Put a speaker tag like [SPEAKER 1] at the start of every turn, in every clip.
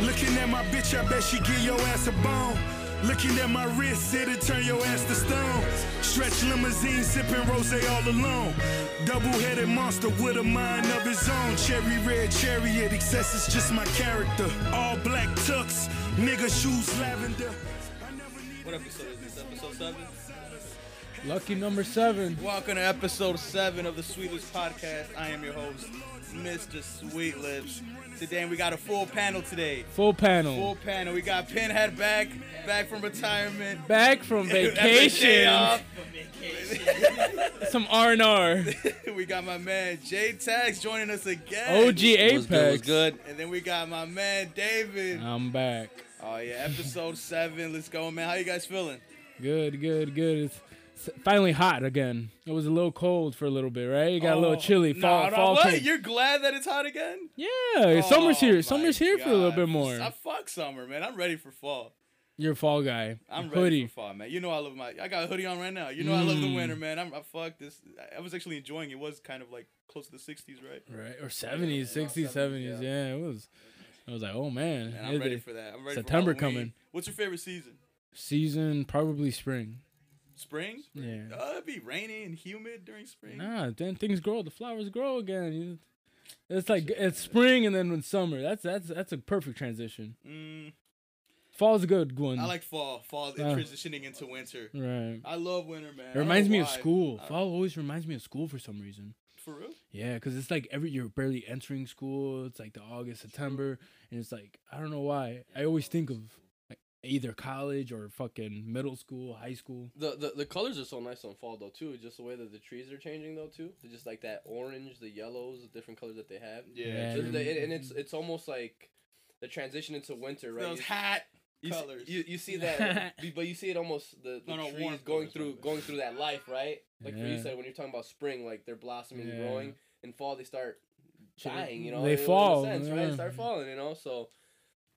[SPEAKER 1] Looking at my bitch, I bet she give your ass a bone. Looking at my wrist, it'll turn your ass to stone. Stretch limousine, sipping rose all alone. Double headed monster with a mind of his own. Cherry red chariot, excess is just my character. All black tux, nigga shoes lavender. I never need
[SPEAKER 2] What episode is this? Episode 7?
[SPEAKER 3] Lucky number seven.
[SPEAKER 2] Welcome to episode 7 of the Sweet Lips podcast. I am your host, Mr. Sweet Lips. Today we got a full panel today.
[SPEAKER 3] Full panel.
[SPEAKER 2] Full panel. We got Pinhead back, back from retirement.
[SPEAKER 3] Back from
[SPEAKER 2] After his day
[SPEAKER 3] vacation.
[SPEAKER 2] off.
[SPEAKER 3] Some R and R.
[SPEAKER 2] we got my man J Tax joining us again.
[SPEAKER 3] OG Apex.
[SPEAKER 2] And then we got my man David.
[SPEAKER 3] I'm back.
[SPEAKER 2] Oh yeah, episode 7. Let's go, man. How you guys feeling?
[SPEAKER 3] Good, good, good. It's it's finally hot again. It was a little cold for a little bit, right? It got a little chilly.
[SPEAKER 2] Oh,
[SPEAKER 3] Fall,
[SPEAKER 2] Nah, nah,
[SPEAKER 3] fall.
[SPEAKER 2] what?
[SPEAKER 3] came-
[SPEAKER 2] You're glad that it's hot again?
[SPEAKER 3] Yeah, summer's
[SPEAKER 2] Oh,
[SPEAKER 3] here.
[SPEAKER 2] my
[SPEAKER 3] Summer's here for a little
[SPEAKER 2] God.
[SPEAKER 3] bit more.
[SPEAKER 2] I fuck summer, man. I'm ready for fall.
[SPEAKER 3] You're a fall guy.
[SPEAKER 2] I'm ready
[SPEAKER 3] Hoodie. Mm.
[SPEAKER 2] for fall, man. You know I love my. I got a hoodie on right now. You know I love the winter, man. I'm. I fuck this. I- I was actually enjoying. It It was kind of like close to the 60s, right?
[SPEAKER 3] Right or seventies, sixties, seventies.
[SPEAKER 2] yeah.
[SPEAKER 3] Yeah, it was. I was like, oh man,
[SPEAKER 2] And I'm
[SPEAKER 3] it-
[SPEAKER 2] ready
[SPEAKER 3] it-
[SPEAKER 2] for that. I'm ready.
[SPEAKER 3] September
[SPEAKER 2] for Halloween.
[SPEAKER 3] coming.
[SPEAKER 2] What's your favorite season?
[SPEAKER 3] season probably spring.
[SPEAKER 2] Spring.
[SPEAKER 3] Yeah.
[SPEAKER 2] Uh, it'd be rainy and humid during spring.
[SPEAKER 3] Nah, then things grow. The flowers grow again. You- It's like it's spring and then when summer. That's that's that's a perfect transition.
[SPEAKER 2] Mm,
[SPEAKER 3] Fall's a good one.
[SPEAKER 2] I like fall. Fall
[SPEAKER 3] Uh.
[SPEAKER 2] transitioning into winter.
[SPEAKER 3] Right.
[SPEAKER 2] I love winter, man. I
[SPEAKER 3] It
[SPEAKER 2] don't
[SPEAKER 3] reminds
[SPEAKER 2] know
[SPEAKER 3] me of
[SPEAKER 2] why.
[SPEAKER 3] school.
[SPEAKER 2] I-
[SPEAKER 3] Fall always reminds me of school for some reason.
[SPEAKER 2] for real.
[SPEAKER 3] Yeah, because it's like every you're barely entering school. It's like the August, September, and it's like I don't know why. I always think of like either college or fucking middle school, high school.
[SPEAKER 4] The, the the colors are so nice on fall though too. Just the way that the trees are changing though too. They're just like that orange, the yellows, the different colors that they have.
[SPEAKER 2] Yeah.
[SPEAKER 3] Yeah.
[SPEAKER 4] Just the- and- and it's
[SPEAKER 3] Mm-hmm.
[SPEAKER 4] it's almost like the transition into winter, right?
[SPEAKER 2] Those
[SPEAKER 4] You-
[SPEAKER 2] hot
[SPEAKER 4] you, see-
[SPEAKER 2] colors.
[SPEAKER 4] You, you see that, b- but you see it almost the, the
[SPEAKER 2] No, no, warm
[SPEAKER 4] trees going
[SPEAKER 2] colors,
[SPEAKER 4] through
[SPEAKER 2] right.
[SPEAKER 4] going through that life, right? Like for you
[SPEAKER 3] Yeah.
[SPEAKER 4] said, when you're talking about spring, like they're blossoming
[SPEAKER 3] Yeah.
[SPEAKER 4] and growing. In fall, they start dying, you know.
[SPEAKER 3] They
[SPEAKER 4] in a
[SPEAKER 3] fall,
[SPEAKER 4] sense, right? They
[SPEAKER 3] yeah.
[SPEAKER 4] start falling, you know. So,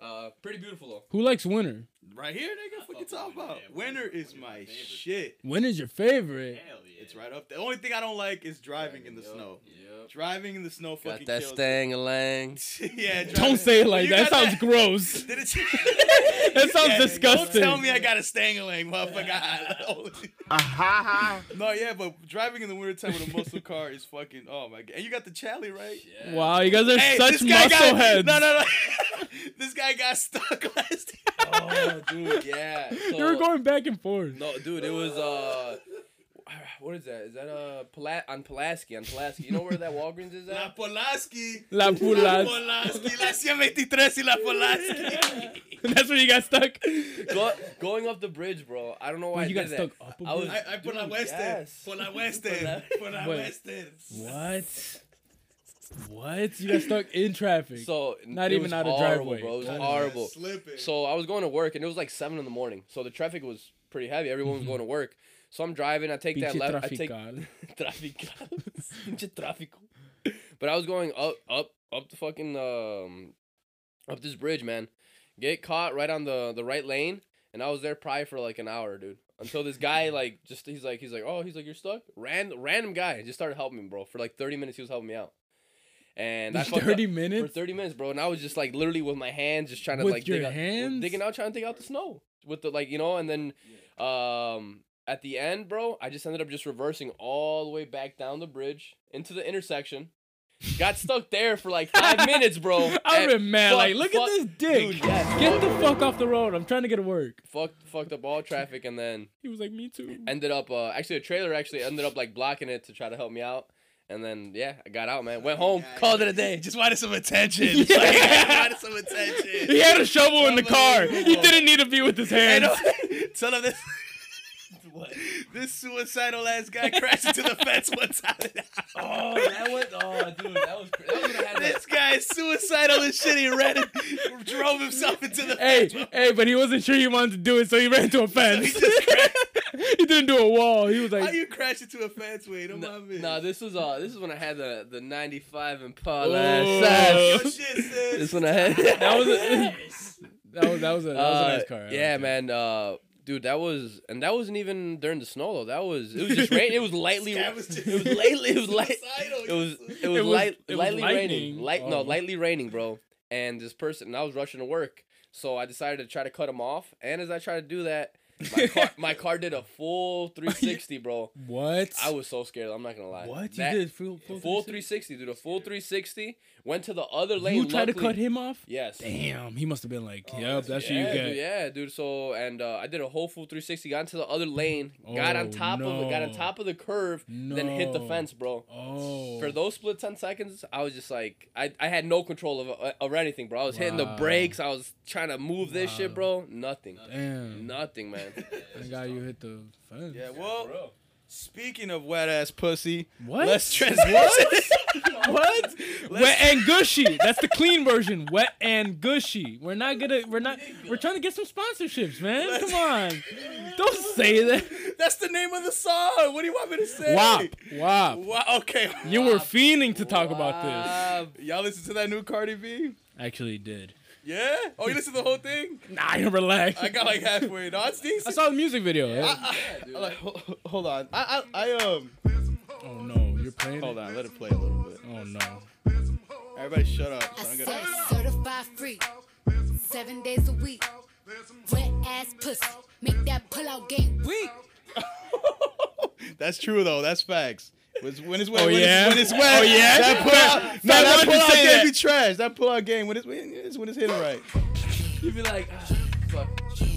[SPEAKER 4] uh, pretty beautiful though.
[SPEAKER 3] Who likes winter?
[SPEAKER 2] Right here, nigga. What you talking about? Winter is my shit.
[SPEAKER 3] Winter's your favorite.
[SPEAKER 2] It's right up there. The only thing I don't like is driving in the snow.
[SPEAKER 4] Yep.
[SPEAKER 2] Driving in the snow fucking kills
[SPEAKER 4] a lang.
[SPEAKER 2] me. yeah. driving-
[SPEAKER 3] Don't say it
[SPEAKER 2] You
[SPEAKER 3] like that. That
[SPEAKER 2] got
[SPEAKER 3] sounds gross.
[SPEAKER 2] Did it-
[SPEAKER 3] That sounds
[SPEAKER 2] Don't
[SPEAKER 3] disgusting.
[SPEAKER 2] tell me I got a stangaling, motherfucker. I- no, yeah, but driving in the wintertime with a muscle car is fucking. Oh my god! And you got the Chally, right?
[SPEAKER 3] Wow, you guys are
[SPEAKER 2] Hey,
[SPEAKER 3] such
[SPEAKER 2] this guy
[SPEAKER 3] muscle
[SPEAKER 2] got,
[SPEAKER 3] heads.
[SPEAKER 2] No, no, no. this guy got stuck last year.
[SPEAKER 4] Oh, dude, yeah. So,
[SPEAKER 3] you were going back and forth.
[SPEAKER 4] No, dude, it was uh, what is that? Is that uh, Pula- on Pulaski? On Pulaski, you know where that Walgreens is
[SPEAKER 2] La
[SPEAKER 4] at?
[SPEAKER 2] Polaski.
[SPEAKER 3] La
[SPEAKER 2] La
[SPEAKER 3] Pulas.
[SPEAKER 2] Polaski. La 123 y La Polaski.
[SPEAKER 3] That's where you got stuck.
[SPEAKER 4] Go- going up the bridge, bro. I don't know why
[SPEAKER 3] Wait,
[SPEAKER 4] I
[SPEAKER 3] you got
[SPEAKER 4] did that.
[SPEAKER 3] stuck up a
[SPEAKER 4] I was,
[SPEAKER 3] bridge?
[SPEAKER 2] I, I por la
[SPEAKER 4] Dude,
[SPEAKER 2] Western.
[SPEAKER 4] yes.
[SPEAKER 2] Por la Western.
[SPEAKER 4] la-
[SPEAKER 2] Por la
[SPEAKER 3] Wait.
[SPEAKER 2] Western.
[SPEAKER 3] What? What? You got stuck in traffic.
[SPEAKER 4] so
[SPEAKER 3] Not
[SPEAKER 4] it
[SPEAKER 3] even
[SPEAKER 4] was
[SPEAKER 3] out of
[SPEAKER 4] horrible,
[SPEAKER 3] driveway.
[SPEAKER 4] bro. It was
[SPEAKER 2] God,
[SPEAKER 4] horrible.
[SPEAKER 2] Slipping.
[SPEAKER 4] So I was going to work, and it was like seven in the morning. So the traffic was pretty heavy. Everyone was going to work. So I'm driving. I take that
[SPEAKER 3] Mm-hmm. Pinche
[SPEAKER 4] left. I take
[SPEAKER 3] trafical.
[SPEAKER 4] trafical. Pinche trafico. But I was going up, up, up the fucking um, up this bridge, man. Get caught right on the the right lane, and I was there probably for like an hour, dude. Until this guy like just he's like he's like oh he's like you're stuck. Ran random guy just started helping me, bro. For like thirty minutes, he was helping me out. And I fucked up-
[SPEAKER 3] 30
[SPEAKER 4] for
[SPEAKER 3] minutes?
[SPEAKER 4] 30 minutes, bro. And I was just like literally with my hands, just trying to
[SPEAKER 3] With
[SPEAKER 4] like
[SPEAKER 3] your
[SPEAKER 4] dig out-
[SPEAKER 3] hands?
[SPEAKER 4] digging out, trying to dig out the snow with the like, you know. And then, um, at the end, bro, I just ended up just reversing all the way back down the bridge into the intersection. Got stuck there for like five minutes, bro.
[SPEAKER 3] I've
[SPEAKER 4] and
[SPEAKER 3] been mad.
[SPEAKER 4] fuck-
[SPEAKER 3] like, look
[SPEAKER 4] fuck-
[SPEAKER 3] at this dick.
[SPEAKER 4] Dude, yes,
[SPEAKER 3] Get the fuck off the road. I'm trying to get to work.
[SPEAKER 4] fucked fucked up all traffic, and then
[SPEAKER 3] He was like, me too.
[SPEAKER 4] ended up uh, actually a trailer actually ended up like blocking it to try to help me out. And then yeah, I got out, man. Went home, called it a day.
[SPEAKER 2] Just wanted some attention.
[SPEAKER 3] Yeah.
[SPEAKER 2] Just like, I wanted some attention.
[SPEAKER 3] He had a shovel in the car. He
[SPEAKER 2] Unbelievable.
[SPEAKER 3] didn't need to be with his
[SPEAKER 2] Hey,
[SPEAKER 3] hands.
[SPEAKER 2] no, tell him this. This suicidal ass guy crashed into the fence one time.
[SPEAKER 4] Oh, that was oh, dude, that was that was gonna happen.
[SPEAKER 2] this guy is suicidal as shit. He ran and drove himself into the
[SPEAKER 3] Hey,
[SPEAKER 2] fence.
[SPEAKER 3] hey, but he wasn't sure he wanted to do it, so he ran to a fence. he didn't do a wall. He was
[SPEAKER 2] How
[SPEAKER 3] like,
[SPEAKER 2] you crash into a fence? Wait, don't
[SPEAKER 4] No,
[SPEAKER 2] mind me.
[SPEAKER 4] no, this was uh, this is when I had the the '95 Impala.
[SPEAKER 3] Ooh.
[SPEAKER 2] Yo,
[SPEAKER 4] SS.
[SPEAKER 2] shit, sis.
[SPEAKER 4] This one I had. that
[SPEAKER 3] that was a, that was that was a, that was a nice car. I
[SPEAKER 4] Yeah,
[SPEAKER 3] liked it.
[SPEAKER 4] man. Uh, dude, that was and that wasn't even during the snow though. That was it was just rain. It was lightly.
[SPEAKER 2] This guy was just
[SPEAKER 4] it was lightly. It was light.
[SPEAKER 2] suicidal.
[SPEAKER 4] It was it was,
[SPEAKER 3] was-
[SPEAKER 4] light,
[SPEAKER 3] it was
[SPEAKER 4] lightly
[SPEAKER 3] lightning.
[SPEAKER 4] raining. Light no
[SPEAKER 3] Oh.
[SPEAKER 4] lightly raining, bro. and this person and I was rushing to work, so I decided to try to cut him off. And as I tried to do that, my car, my car did a full 360, bro.
[SPEAKER 3] What?
[SPEAKER 4] I was so scared. I'm not gonna lie.
[SPEAKER 3] what you
[SPEAKER 4] That-
[SPEAKER 3] did full full,
[SPEAKER 4] full
[SPEAKER 3] 360?
[SPEAKER 4] 360, dude. A full 360. Went to the other lane.
[SPEAKER 3] Mm-hmm. You tried to
[SPEAKER 4] luckily-
[SPEAKER 3] cut him off.
[SPEAKER 4] Yes.
[SPEAKER 3] Damn, he must have been like, "Yep, that's
[SPEAKER 4] yeah,
[SPEAKER 3] what you
[SPEAKER 4] Dude,
[SPEAKER 3] get."
[SPEAKER 4] yeah, dude. So and uh, I did a whole full 360. Got into the other lane. got on
[SPEAKER 3] Oh,
[SPEAKER 4] top of it. Got on
[SPEAKER 3] no.
[SPEAKER 4] top of the curve. Then hit the
[SPEAKER 3] No.
[SPEAKER 4] fence, bro.
[SPEAKER 3] Oh,
[SPEAKER 4] For those split ten seconds, I was just like, I, I had no control of, uh, of anything, bro. I was hitting the
[SPEAKER 3] Wow.
[SPEAKER 4] brakes. I was trying to move this shit,
[SPEAKER 3] Wow.
[SPEAKER 4] bro. Nothing,
[SPEAKER 3] damn,
[SPEAKER 4] nothing, man.
[SPEAKER 3] thank God you hit the fence.
[SPEAKER 2] Yeah, well, speaking of wet ass pussy,
[SPEAKER 3] What?
[SPEAKER 2] let's transition.
[SPEAKER 3] what? Wet and gushy. That's the clean version. Wet and gushy. We're not gonna. We're not. We're trying to get some sponsorships, man. Come on. Don't say that.
[SPEAKER 2] That's the name of the song. What do you want me to say?
[SPEAKER 3] Wop, wop.
[SPEAKER 2] Wow. Okay.
[SPEAKER 3] You were fiending to talk about this.
[SPEAKER 2] Um, Y'all listen to that new Cardi B?
[SPEAKER 3] Actually, did.
[SPEAKER 2] Yeah. Oh, you listen to the whole thing?
[SPEAKER 3] Nah, I relax.
[SPEAKER 2] I got like halfway. No, it's
[SPEAKER 3] I
[SPEAKER 2] decent.
[SPEAKER 3] saw the music video.
[SPEAKER 2] I, I, like, ho- hold on. I, I, I um.
[SPEAKER 3] Oh no, you're playing.
[SPEAKER 2] Hold on. Let it play a little bit.
[SPEAKER 3] Oh no.
[SPEAKER 2] Everybody, shut up.
[SPEAKER 5] A
[SPEAKER 2] So I'm gonna-
[SPEAKER 5] cer- certified freak. Seven days a week. Wet ass pussy. Make that pull out game weak.
[SPEAKER 2] That's true though. That's facts. When it's, when it's wet,
[SPEAKER 3] Oh,
[SPEAKER 2] when,
[SPEAKER 3] yeah?
[SPEAKER 2] it's, when it's wet,
[SPEAKER 3] Oh, yeah?
[SPEAKER 2] That pull out, no,
[SPEAKER 3] Fat
[SPEAKER 2] that
[SPEAKER 3] Lord
[SPEAKER 2] pull
[SPEAKER 3] would
[SPEAKER 2] out
[SPEAKER 3] say
[SPEAKER 2] game
[SPEAKER 3] that.
[SPEAKER 2] be trash. That pull out game when it's when it's, when it's hitting right.
[SPEAKER 4] You'd be like, ah, fuck.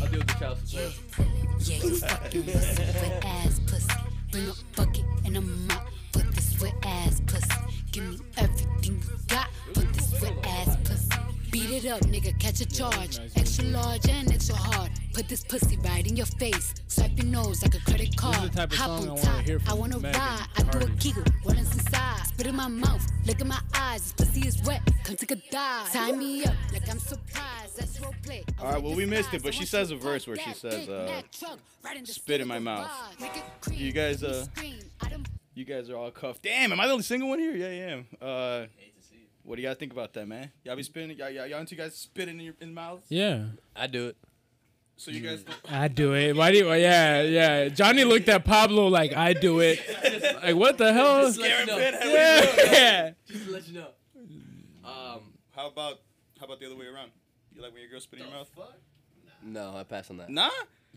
[SPEAKER 4] I'll deal with the child support.
[SPEAKER 5] Yeah, you fucking messy. Wet ass pussy. Bring a bucket and a mop for this wet ass pussy. Give me everything you got for this wet ass pussy. Beat it up, nigga, catch a charge. Extra large and extra hard. Put this pussy right in your face. Swipe your nose like a credit card.
[SPEAKER 3] the type of
[SPEAKER 5] Hop
[SPEAKER 3] song I
[SPEAKER 5] on
[SPEAKER 3] wanna
[SPEAKER 5] top.
[SPEAKER 3] hear from
[SPEAKER 5] I wanna
[SPEAKER 3] Megan
[SPEAKER 5] ride. I do a
[SPEAKER 3] Carter.
[SPEAKER 5] giggle. What is inside? Spit in my mouth. Look in my eyes. This pussy is wet. Come take a dive. Tie me up like I'm surprised. That's role play.
[SPEAKER 2] All right, well, we missed it, but she says a verse where she says, uh,
[SPEAKER 5] spit in my mouth.
[SPEAKER 2] You guys, uh, You guys are all cuffed. Damn, am I the only single one here? Yeah, yeah. Uh, what do y'all think about that, man? Y'all be spitting. Y'all, y'all, y'all into you guys spitting in your in mouths.
[SPEAKER 3] Yeah,
[SPEAKER 4] I do it.
[SPEAKER 2] So you guys.
[SPEAKER 3] I do it. Why do? You, yeah, yeah. Johnny looked at Pablo like I do it. Like what the hell?
[SPEAKER 4] Let you know.
[SPEAKER 3] Yeah. yeah.
[SPEAKER 4] Just let you know. Um,
[SPEAKER 2] How about how about the other way around? You like when your girl spit in your mouth?
[SPEAKER 4] no, I pass on that.
[SPEAKER 2] Nah.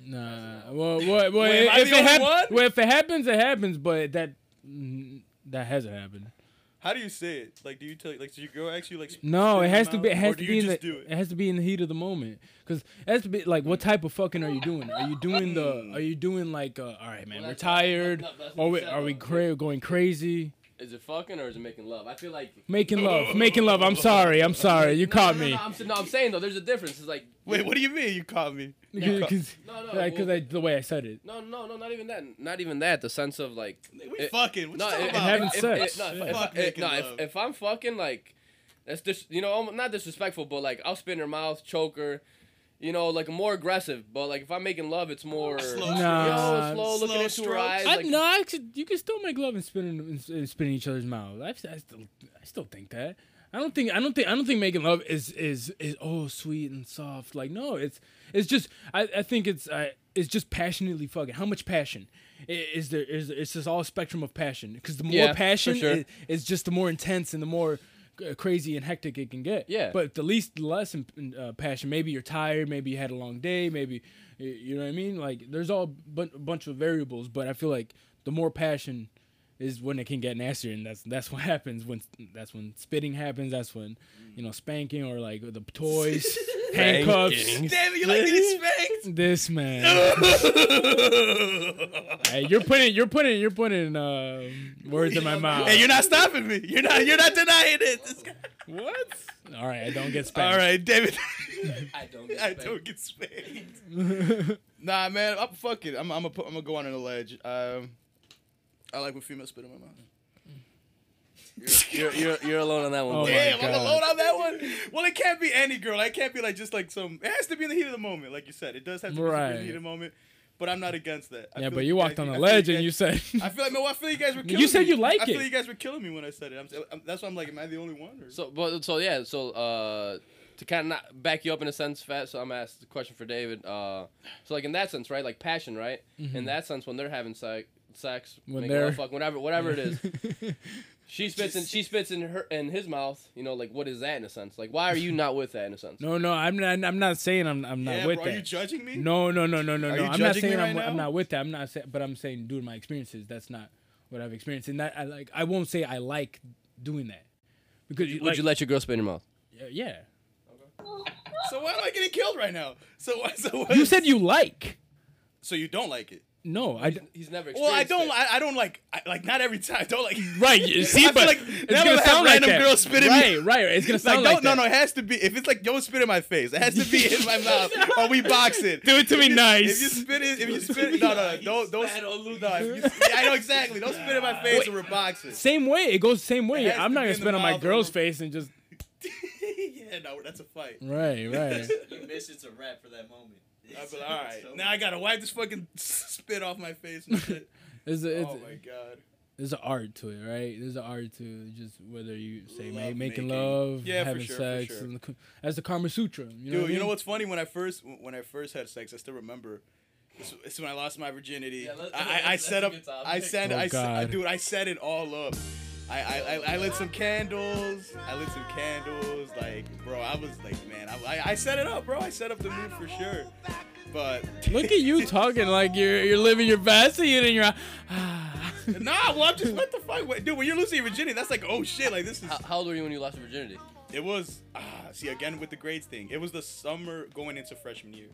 [SPEAKER 3] Nah. Well, well, well
[SPEAKER 2] Wait, am I
[SPEAKER 3] if,
[SPEAKER 2] the
[SPEAKER 3] it
[SPEAKER 2] only
[SPEAKER 3] hap-
[SPEAKER 2] one?
[SPEAKER 3] well, if it happens, it happens. But that mm, that hasn't happened.
[SPEAKER 2] How do you say it? Like, do you tell like, so your girl actually like? sp- spit
[SPEAKER 3] No, it
[SPEAKER 2] in your
[SPEAKER 3] has to be. It
[SPEAKER 2] mouth,
[SPEAKER 3] has
[SPEAKER 2] or
[SPEAKER 3] to
[SPEAKER 2] do
[SPEAKER 3] be
[SPEAKER 2] you
[SPEAKER 3] in the.
[SPEAKER 2] just do
[SPEAKER 3] It.
[SPEAKER 2] it?
[SPEAKER 3] has to be in the heat of the moment. Cause it has to be like, what type of fucking are you doing? Are you doing the? Are you doing like, uh, all right, man, we're
[SPEAKER 4] that's not-
[SPEAKER 3] tired.
[SPEAKER 4] no, that's
[SPEAKER 3] Or we,
[SPEAKER 4] not-
[SPEAKER 3] are we cra- going crazy?
[SPEAKER 4] Is it fucking or is it making love? I feel like.
[SPEAKER 3] Making love, making love. I'm sorry, I'm sorry. You
[SPEAKER 4] No,
[SPEAKER 3] caught
[SPEAKER 4] no, no,
[SPEAKER 3] me.
[SPEAKER 4] No, I'm, s- no, I'm saying though, there's a difference. It's like.
[SPEAKER 2] Wait, what do you mean? You caught me.
[SPEAKER 3] Because because
[SPEAKER 4] No, no,
[SPEAKER 3] like, 'cause
[SPEAKER 4] well-
[SPEAKER 3] I, the way I said it.
[SPEAKER 4] No, no, no, not even that. Not even that. The sense of like.
[SPEAKER 2] We
[SPEAKER 4] it-
[SPEAKER 2] fucking. What
[SPEAKER 4] No,
[SPEAKER 2] you talking
[SPEAKER 4] if,
[SPEAKER 2] about?
[SPEAKER 3] having
[SPEAKER 4] if, if-
[SPEAKER 3] sex.
[SPEAKER 4] no, if,
[SPEAKER 2] Fuck
[SPEAKER 4] if, if,
[SPEAKER 2] making
[SPEAKER 4] no, if,
[SPEAKER 2] love.
[SPEAKER 4] if I'm fucking like, that's just you know almo- not disrespectful, but like I'll spit in her mouth, choke her, you know, like more aggressive. But like if I'm making love, it's more
[SPEAKER 2] Slow
[SPEAKER 3] Nah.
[SPEAKER 4] yo, slow,
[SPEAKER 2] Slow
[SPEAKER 4] looking into her
[SPEAKER 2] strokes.
[SPEAKER 4] eyes.
[SPEAKER 3] I,
[SPEAKER 4] like,
[SPEAKER 3] no, I could, you can still make love and spit in, and s- and spit in each other's mouths. I, I still, I still think that. I don't think, I don't think, I don't think making love is is is oh sweet and soft. Like no, it's it's just. I, I think it's I, it's just passionately fucking. How much passion I- is there? Is it's just all spectrum of passion because the more
[SPEAKER 4] Yeah, for
[SPEAKER 3] passion
[SPEAKER 4] sure.
[SPEAKER 3] is, is just the more intense and the more. uh, Crazy and hectic it can get.
[SPEAKER 4] Yeah.
[SPEAKER 3] But the least, the less in, in, uh, passion. Maybe you're tired. Maybe you had a long day. Maybe y- you know what I mean. Like there's all bun- a bunch of variables, but I feel like the more passion is when it can get nastier, and that's that's what happens when that's when spitting happens. That's when you know spanking or like the toys, handcuffs.
[SPEAKER 2] Damn it! You like getting spanked?
[SPEAKER 3] This man, hey, you're putting you're putting you're putting uh, words in my mouth.
[SPEAKER 2] Hey, you're not stopping me. You're not. You're not denying it. This guy.
[SPEAKER 3] what? All right, I don't get spanked.
[SPEAKER 2] All right, David.
[SPEAKER 4] I don't. Get
[SPEAKER 2] I
[SPEAKER 4] spanked.
[SPEAKER 2] don't get spanked. nah, man. I'm fucking. I'm. I'm gonna. I'm gonna go on an ledge. Um, I like when females spit in my mouth.
[SPEAKER 4] Mm. You're, you're you're alone on that one.
[SPEAKER 3] Oh
[SPEAKER 4] boy.
[SPEAKER 3] my
[SPEAKER 2] Damn, I'm
[SPEAKER 3] God.
[SPEAKER 2] alone on that one. Well, it can't be any girl. It can't be like just like some. It has to be in the heat of the moment, like you said. It does have to be in the
[SPEAKER 3] Right.
[SPEAKER 2] heat of the moment. But I'm not against that. I
[SPEAKER 3] Yeah,
[SPEAKER 2] feel
[SPEAKER 3] but
[SPEAKER 2] like
[SPEAKER 3] you walked
[SPEAKER 2] guys-
[SPEAKER 3] on
[SPEAKER 2] I
[SPEAKER 3] a
[SPEAKER 2] feel
[SPEAKER 3] ledge and
[SPEAKER 2] guys-
[SPEAKER 3] you said,
[SPEAKER 2] I feel like no. I feel you guys were.
[SPEAKER 3] You
[SPEAKER 2] Killing
[SPEAKER 3] said
[SPEAKER 2] me.
[SPEAKER 3] you like
[SPEAKER 2] I feel
[SPEAKER 3] it.
[SPEAKER 2] you guys were killing me when I said it. I'm, I'm- that's why I'm like, am I the only one? Or?
[SPEAKER 4] So, but so yeah, so uh, to kind of not back you up in a sense, fat. So I'm asked the question for David. Uh, so like in that sense, right? Like passion, right? In that sense, when they're having sex, sex,
[SPEAKER 3] When
[SPEAKER 4] making love,
[SPEAKER 3] they're-
[SPEAKER 4] fuck, whatever, whatever it is. She spits in she spits in her in his mouth. You know, like what is that in a sense? Like why are you not with that in a sense?
[SPEAKER 3] No, no, I'm not. I'm not saying I'm. I'm not
[SPEAKER 2] Yeah,
[SPEAKER 3] with
[SPEAKER 2] bro,
[SPEAKER 3] that.
[SPEAKER 2] are you judging me?
[SPEAKER 3] no, no, no, no, no,
[SPEAKER 2] Are
[SPEAKER 3] no.
[SPEAKER 2] you
[SPEAKER 3] I'm not
[SPEAKER 2] judging me
[SPEAKER 3] saying
[SPEAKER 2] right
[SPEAKER 3] I'm, wi- I'm
[SPEAKER 2] now?
[SPEAKER 3] not with that. I'm not. Say, but I'm saying due to my experiences, that's not what I've experienced. And that I like. I won't say I like doing that because
[SPEAKER 4] Would
[SPEAKER 3] like,
[SPEAKER 4] you let your girl spit in your mouth?
[SPEAKER 3] Yeah.
[SPEAKER 2] So why am I getting killed right now? So why? So what
[SPEAKER 3] You
[SPEAKER 2] is-
[SPEAKER 3] said you like.
[SPEAKER 2] So you don't like it?
[SPEAKER 3] No, I. d-
[SPEAKER 4] He's never.
[SPEAKER 2] Well, I
[SPEAKER 4] experienced
[SPEAKER 2] don't.
[SPEAKER 4] it.
[SPEAKER 2] I, I don't like. I, like not every time. I don't like.
[SPEAKER 3] Right. you See,
[SPEAKER 2] I feel
[SPEAKER 3] but
[SPEAKER 2] like
[SPEAKER 3] it's
[SPEAKER 2] now
[SPEAKER 3] gonna
[SPEAKER 2] I have
[SPEAKER 3] sound like
[SPEAKER 2] random
[SPEAKER 3] that.
[SPEAKER 2] girls spit in me.
[SPEAKER 3] right, Right. It's gonna
[SPEAKER 2] Like,
[SPEAKER 3] sound
[SPEAKER 2] don't,
[SPEAKER 3] like
[SPEAKER 2] no,
[SPEAKER 3] that.
[SPEAKER 2] no, it has to be. If it's like, don't spit in my face. It has to be in my mouth. Or we box it.
[SPEAKER 3] Do it to
[SPEAKER 2] If
[SPEAKER 3] me
[SPEAKER 2] you-
[SPEAKER 3] nice.
[SPEAKER 2] If you spit it, if you spit it, no, no, no, don't, don't.
[SPEAKER 6] spat on Luke.
[SPEAKER 2] No, if you, yeah, I know exactly. Don't spit in my face or we box it.
[SPEAKER 3] Same way. It goes the same way.
[SPEAKER 2] It has
[SPEAKER 3] I'm
[SPEAKER 2] to
[SPEAKER 3] not
[SPEAKER 2] be
[SPEAKER 3] gonna
[SPEAKER 2] in
[SPEAKER 3] spit
[SPEAKER 2] the
[SPEAKER 3] on my
[SPEAKER 2] mouth
[SPEAKER 3] girl's
[SPEAKER 2] or-
[SPEAKER 3] face and just.
[SPEAKER 2] yeah, no, that's a fight.
[SPEAKER 3] Right. Right.
[SPEAKER 6] You miss it's a wrap for that moment.
[SPEAKER 2] I'd be like, all right, now I gotta wipe this fucking spit off my face. And shit.
[SPEAKER 3] It's a, it's,
[SPEAKER 2] oh my god.
[SPEAKER 3] there's an art to it, right? There's an art to just whether you say ma-
[SPEAKER 2] Love
[SPEAKER 3] making,
[SPEAKER 2] making.
[SPEAKER 3] love,
[SPEAKER 2] Yeah, for
[SPEAKER 3] having
[SPEAKER 2] sure, for
[SPEAKER 3] sex,
[SPEAKER 2] sure.
[SPEAKER 3] and the, as the Karma Sutra. You know
[SPEAKER 2] Dude,
[SPEAKER 3] what I
[SPEAKER 2] you know
[SPEAKER 3] mean?
[SPEAKER 2] what's funny? When I first when I first had sex, I still remember. This this is when I lost my virginity.
[SPEAKER 6] Yeah, let's-
[SPEAKER 2] I, I, I
[SPEAKER 6] that's
[SPEAKER 2] set
[SPEAKER 6] a
[SPEAKER 2] up.
[SPEAKER 6] good
[SPEAKER 2] I
[SPEAKER 6] topic.
[SPEAKER 2] said.
[SPEAKER 3] Oh,
[SPEAKER 2] I, se-
[SPEAKER 3] God.
[SPEAKER 2] dude, I set it all up. I, I, I, I lit some candles. I lit some candles. Like, bro, I was like, man, I, I, I set it up, bro. I set up the mood for sure. But
[SPEAKER 3] Look at you talking like you're you're living your best, and you're in your. Ah.
[SPEAKER 2] nah, well, I'm just what the fuck, Wait, dude. When you're losing your virginity, that's like, oh shit, like this is.
[SPEAKER 4] uh, How, how old were you when you lost your virginity?
[SPEAKER 2] It was ah, see again with the grades thing. It was the summer going into freshman year,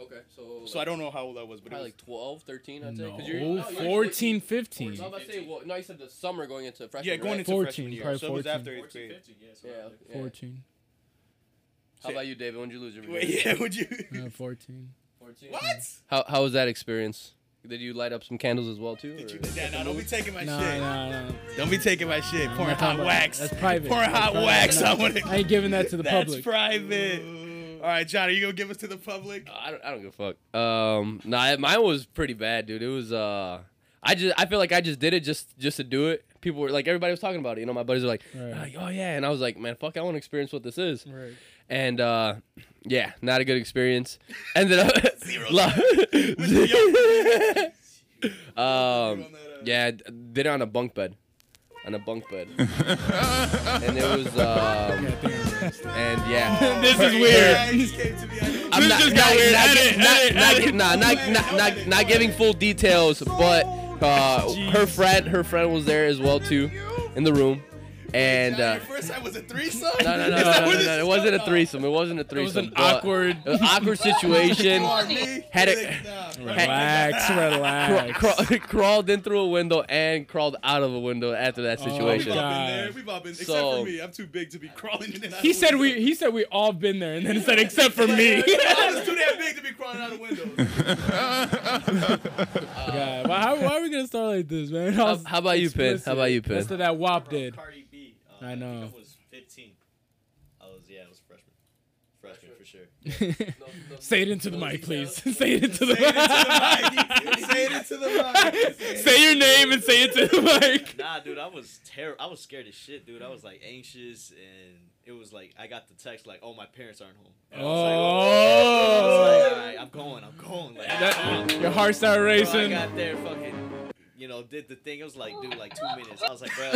[SPEAKER 4] Okay, so
[SPEAKER 2] so I don't know how old I was, but it
[SPEAKER 4] probably
[SPEAKER 2] was
[SPEAKER 4] like 12, 13, I'd
[SPEAKER 2] Oh,
[SPEAKER 4] say. 'cause you're- oh,
[SPEAKER 3] No,
[SPEAKER 4] you're-
[SPEAKER 3] 14,
[SPEAKER 4] I
[SPEAKER 3] 15.
[SPEAKER 4] was about to say, well, no, you said the summer going into freshman.
[SPEAKER 2] yeah, going
[SPEAKER 4] right?
[SPEAKER 2] into
[SPEAKER 3] 14,
[SPEAKER 2] freshman year,
[SPEAKER 3] probably
[SPEAKER 2] so it was
[SPEAKER 3] 14.
[SPEAKER 2] after eighth
[SPEAKER 6] 14,
[SPEAKER 2] grade.
[SPEAKER 6] 15, yeah. So
[SPEAKER 4] Yeah, yeah.
[SPEAKER 3] 14.
[SPEAKER 4] How about you, David? When did you lose your
[SPEAKER 2] Wait,
[SPEAKER 4] virginity?
[SPEAKER 2] yeah, would you?
[SPEAKER 3] Yeah, 14.
[SPEAKER 6] 14.
[SPEAKER 2] What?
[SPEAKER 4] How how was that experience? Did you light up some candles as well too?
[SPEAKER 2] Did
[SPEAKER 4] or-
[SPEAKER 2] you, yeah, no, don't be taking my
[SPEAKER 3] No,
[SPEAKER 2] shit.
[SPEAKER 3] no, no.
[SPEAKER 2] Don't be taking my shit. Pouring
[SPEAKER 3] not
[SPEAKER 2] hot
[SPEAKER 3] talking about-
[SPEAKER 2] wax.
[SPEAKER 3] that's private.
[SPEAKER 2] Pouring
[SPEAKER 3] That's
[SPEAKER 2] hot
[SPEAKER 3] private.
[SPEAKER 2] wax.
[SPEAKER 3] No,
[SPEAKER 2] I want
[SPEAKER 3] I
[SPEAKER 2] to.
[SPEAKER 3] ain't giving that to the
[SPEAKER 2] That's
[SPEAKER 3] public.
[SPEAKER 2] private. All right, John, are you gonna give us to the public?
[SPEAKER 4] I don't, I don't give a fuck. Um, nah, mine was pretty bad, dude. It was uh, I just I feel like I just did it just just to do it. People were like everybody was talking about it. You know, my buddies were like,
[SPEAKER 3] Right.
[SPEAKER 4] like, oh yeah, and I was like, man, fuck, I want to experience what this is.
[SPEAKER 3] Right.
[SPEAKER 4] And uh, yeah, not a good experience. Ended up Lo- um, yeah, d- did it on a bunk bed, on a bunk bed, and it was um, and yeah.
[SPEAKER 3] This is
[SPEAKER 2] Yeah,
[SPEAKER 3] weird.
[SPEAKER 2] it just came to me. I didn't-
[SPEAKER 4] I'm
[SPEAKER 3] This
[SPEAKER 4] not,
[SPEAKER 3] just
[SPEAKER 4] not,
[SPEAKER 3] got weird.
[SPEAKER 4] not,
[SPEAKER 3] Edit,
[SPEAKER 4] not,
[SPEAKER 3] edit,
[SPEAKER 4] not-
[SPEAKER 3] edit.
[SPEAKER 4] nah, not, not, not, not giving full details, but uh, her friend, her friend was there as well too, in the room, and
[SPEAKER 2] John,
[SPEAKER 4] uh,
[SPEAKER 2] your first time was a threesome.
[SPEAKER 4] no, no, no,
[SPEAKER 2] Is
[SPEAKER 4] no,
[SPEAKER 2] that
[SPEAKER 4] no,
[SPEAKER 2] where
[SPEAKER 4] no,
[SPEAKER 2] this
[SPEAKER 4] no,
[SPEAKER 2] is
[SPEAKER 4] it wasn't a
[SPEAKER 2] from?
[SPEAKER 4] threesome. It wasn't a
[SPEAKER 3] It
[SPEAKER 4] threesome.
[SPEAKER 3] was an
[SPEAKER 4] but
[SPEAKER 3] awkward.
[SPEAKER 4] it was an awkward situation.
[SPEAKER 2] You are me.
[SPEAKER 4] Had Oh it-
[SPEAKER 2] Nah, bro.
[SPEAKER 3] Relax,
[SPEAKER 4] Cra-
[SPEAKER 3] relax.
[SPEAKER 4] cra- crawled in through a window and crawled out of a window after that
[SPEAKER 3] Oh,
[SPEAKER 2] We've
[SPEAKER 4] situation.
[SPEAKER 2] all
[SPEAKER 3] God.
[SPEAKER 2] been there. We've all been. Except
[SPEAKER 4] So-
[SPEAKER 2] for me, I'm too big to be crawling in and out.
[SPEAKER 3] He
[SPEAKER 2] of
[SPEAKER 3] said
[SPEAKER 2] windows.
[SPEAKER 3] we. He said we all been there, and then he said except for me.
[SPEAKER 2] I was too damn big to be crawling out of windows.
[SPEAKER 3] God, why, how- why are we gonna start like this, man?
[SPEAKER 4] How- how about you, Pin? How about you, Pin?
[SPEAKER 3] After that WAP did.
[SPEAKER 6] Cardi B. uh,
[SPEAKER 3] I know.
[SPEAKER 6] think I was 15. I was yeah, I was freshman. Freshman for sure.
[SPEAKER 3] Say it into the mic, please. say it into the
[SPEAKER 2] Say it into
[SPEAKER 3] mic.
[SPEAKER 2] the mic. Say it into the mic.
[SPEAKER 3] Say your name and say it to the mic.
[SPEAKER 6] Nah, dude, I was terror. I was scared as shit, dude. I was like anxious, and it was like I got the text like, "Oh, my parents aren't home." And I was like, I was like,
[SPEAKER 3] Oh,
[SPEAKER 6] "All right, I'm going, I'm going. Like, I'm
[SPEAKER 3] that,
[SPEAKER 6] going."
[SPEAKER 3] your heart started
[SPEAKER 6] Bro, I
[SPEAKER 3] racing.
[SPEAKER 6] got there, fucking, you know, did the thing. It was like, dude, like two minutes. I was like, bro,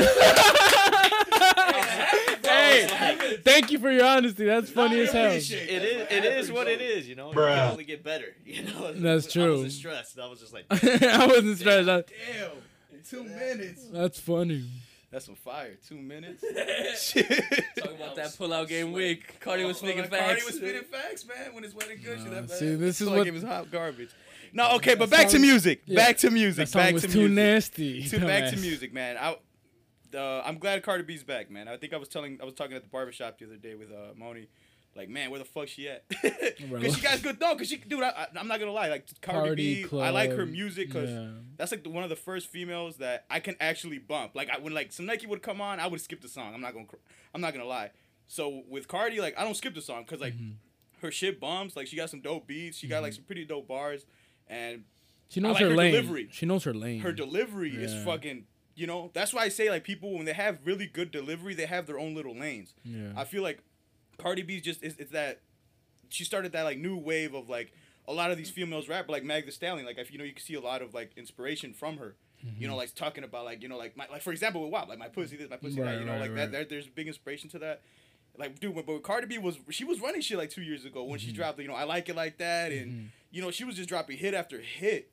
[SPEAKER 3] Hey, thank you for your honesty. That's funny as hell.
[SPEAKER 6] it is, it is what it is. You know, you
[SPEAKER 1] Bruh.
[SPEAKER 6] can only get better. You know,
[SPEAKER 3] That's
[SPEAKER 6] I
[SPEAKER 3] true.
[SPEAKER 6] was stressed. I was just like,
[SPEAKER 3] I wasn't stressed. out.
[SPEAKER 2] Damn. Two minutes.
[SPEAKER 3] That's funny.
[SPEAKER 2] That's some fire. Two minutes.
[SPEAKER 4] Talking about that pullout game week. Cardi was speaking
[SPEAKER 2] Cardi
[SPEAKER 4] facts.
[SPEAKER 2] was spitting facts, man. When it's wet and good, she left that-
[SPEAKER 3] see, this
[SPEAKER 2] she
[SPEAKER 3] is
[SPEAKER 2] like
[SPEAKER 3] what-
[SPEAKER 2] it was hot garbage. No, okay, but back to
[SPEAKER 3] song-
[SPEAKER 2] music.
[SPEAKER 3] yeah.
[SPEAKER 2] Back to music.
[SPEAKER 3] That song
[SPEAKER 2] back
[SPEAKER 3] was
[SPEAKER 2] to
[SPEAKER 3] too
[SPEAKER 2] music.
[SPEAKER 3] nasty.
[SPEAKER 2] to back to
[SPEAKER 3] dumbass.
[SPEAKER 2] music, man. I, uh, I'm glad Cardi B's back, man. I think I was telling, I was talking at the barbershop the other day with uh, Moni, like, man, where the fuck she at? Because she got good though. Because she, dude, I, I, am not gonna lie, like Cardi,
[SPEAKER 3] Cardi
[SPEAKER 2] B, I like her
[SPEAKER 3] Club,
[SPEAKER 2] music because
[SPEAKER 3] yeah.
[SPEAKER 2] that's like the, one of the first females that I can actually bump. Like I, when like some Nike would come on, I would skip the song. I'm not gonna, cr- I'm not gonna lie. So with Cardi, like I don't skip the song because like
[SPEAKER 3] Mm-hmm.
[SPEAKER 2] her shit bumps. Like she got some dope beats. She got like some pretty dope bars, and
[SPEAKER 3] She knows
[SPEAKER 2] like
[SPEAKER 3] her,
[SPEAKER 2] her
[SPEAKER 3] lane.
[SPEAKER 2] delivery.
[SPEAKER 3] She knows her lane.
[SPEAKER 2] her delivery is
[SPEAKER 3] Yeah.
[SPEAKER 2] fucking you know that's why i say like people when they have really good delivery they have their own little lanes
[SPEAKER 3] Yeah.
[SPEAKER 2] i feel like cardi b just is it's that she started that like new wave of like a lot of these females rap like mag the stallion like if you know you can see a lot of like inspiration from her You
[SPEAKER 3] Mm-hmm.
[SPEAKER 2] know, like talking about like you know like my like for example with WAP like my pussy this my pussy
[SPEAKER 3] Right,
[SPEAKER 2] that you know
[SPEAKER 3] right,
[SPEAKER 2] like
[SPEAKER 3] right.
[SPEAKER 2] that there, there's big inspiration to that. Like dude, when, but Cardi B was she was running shit like two years ago when she
[SPEAKER 3] Mm-hmm.
[SPEAKER 2] dropped you know I like it like that and you know she was just dropping hit after hit.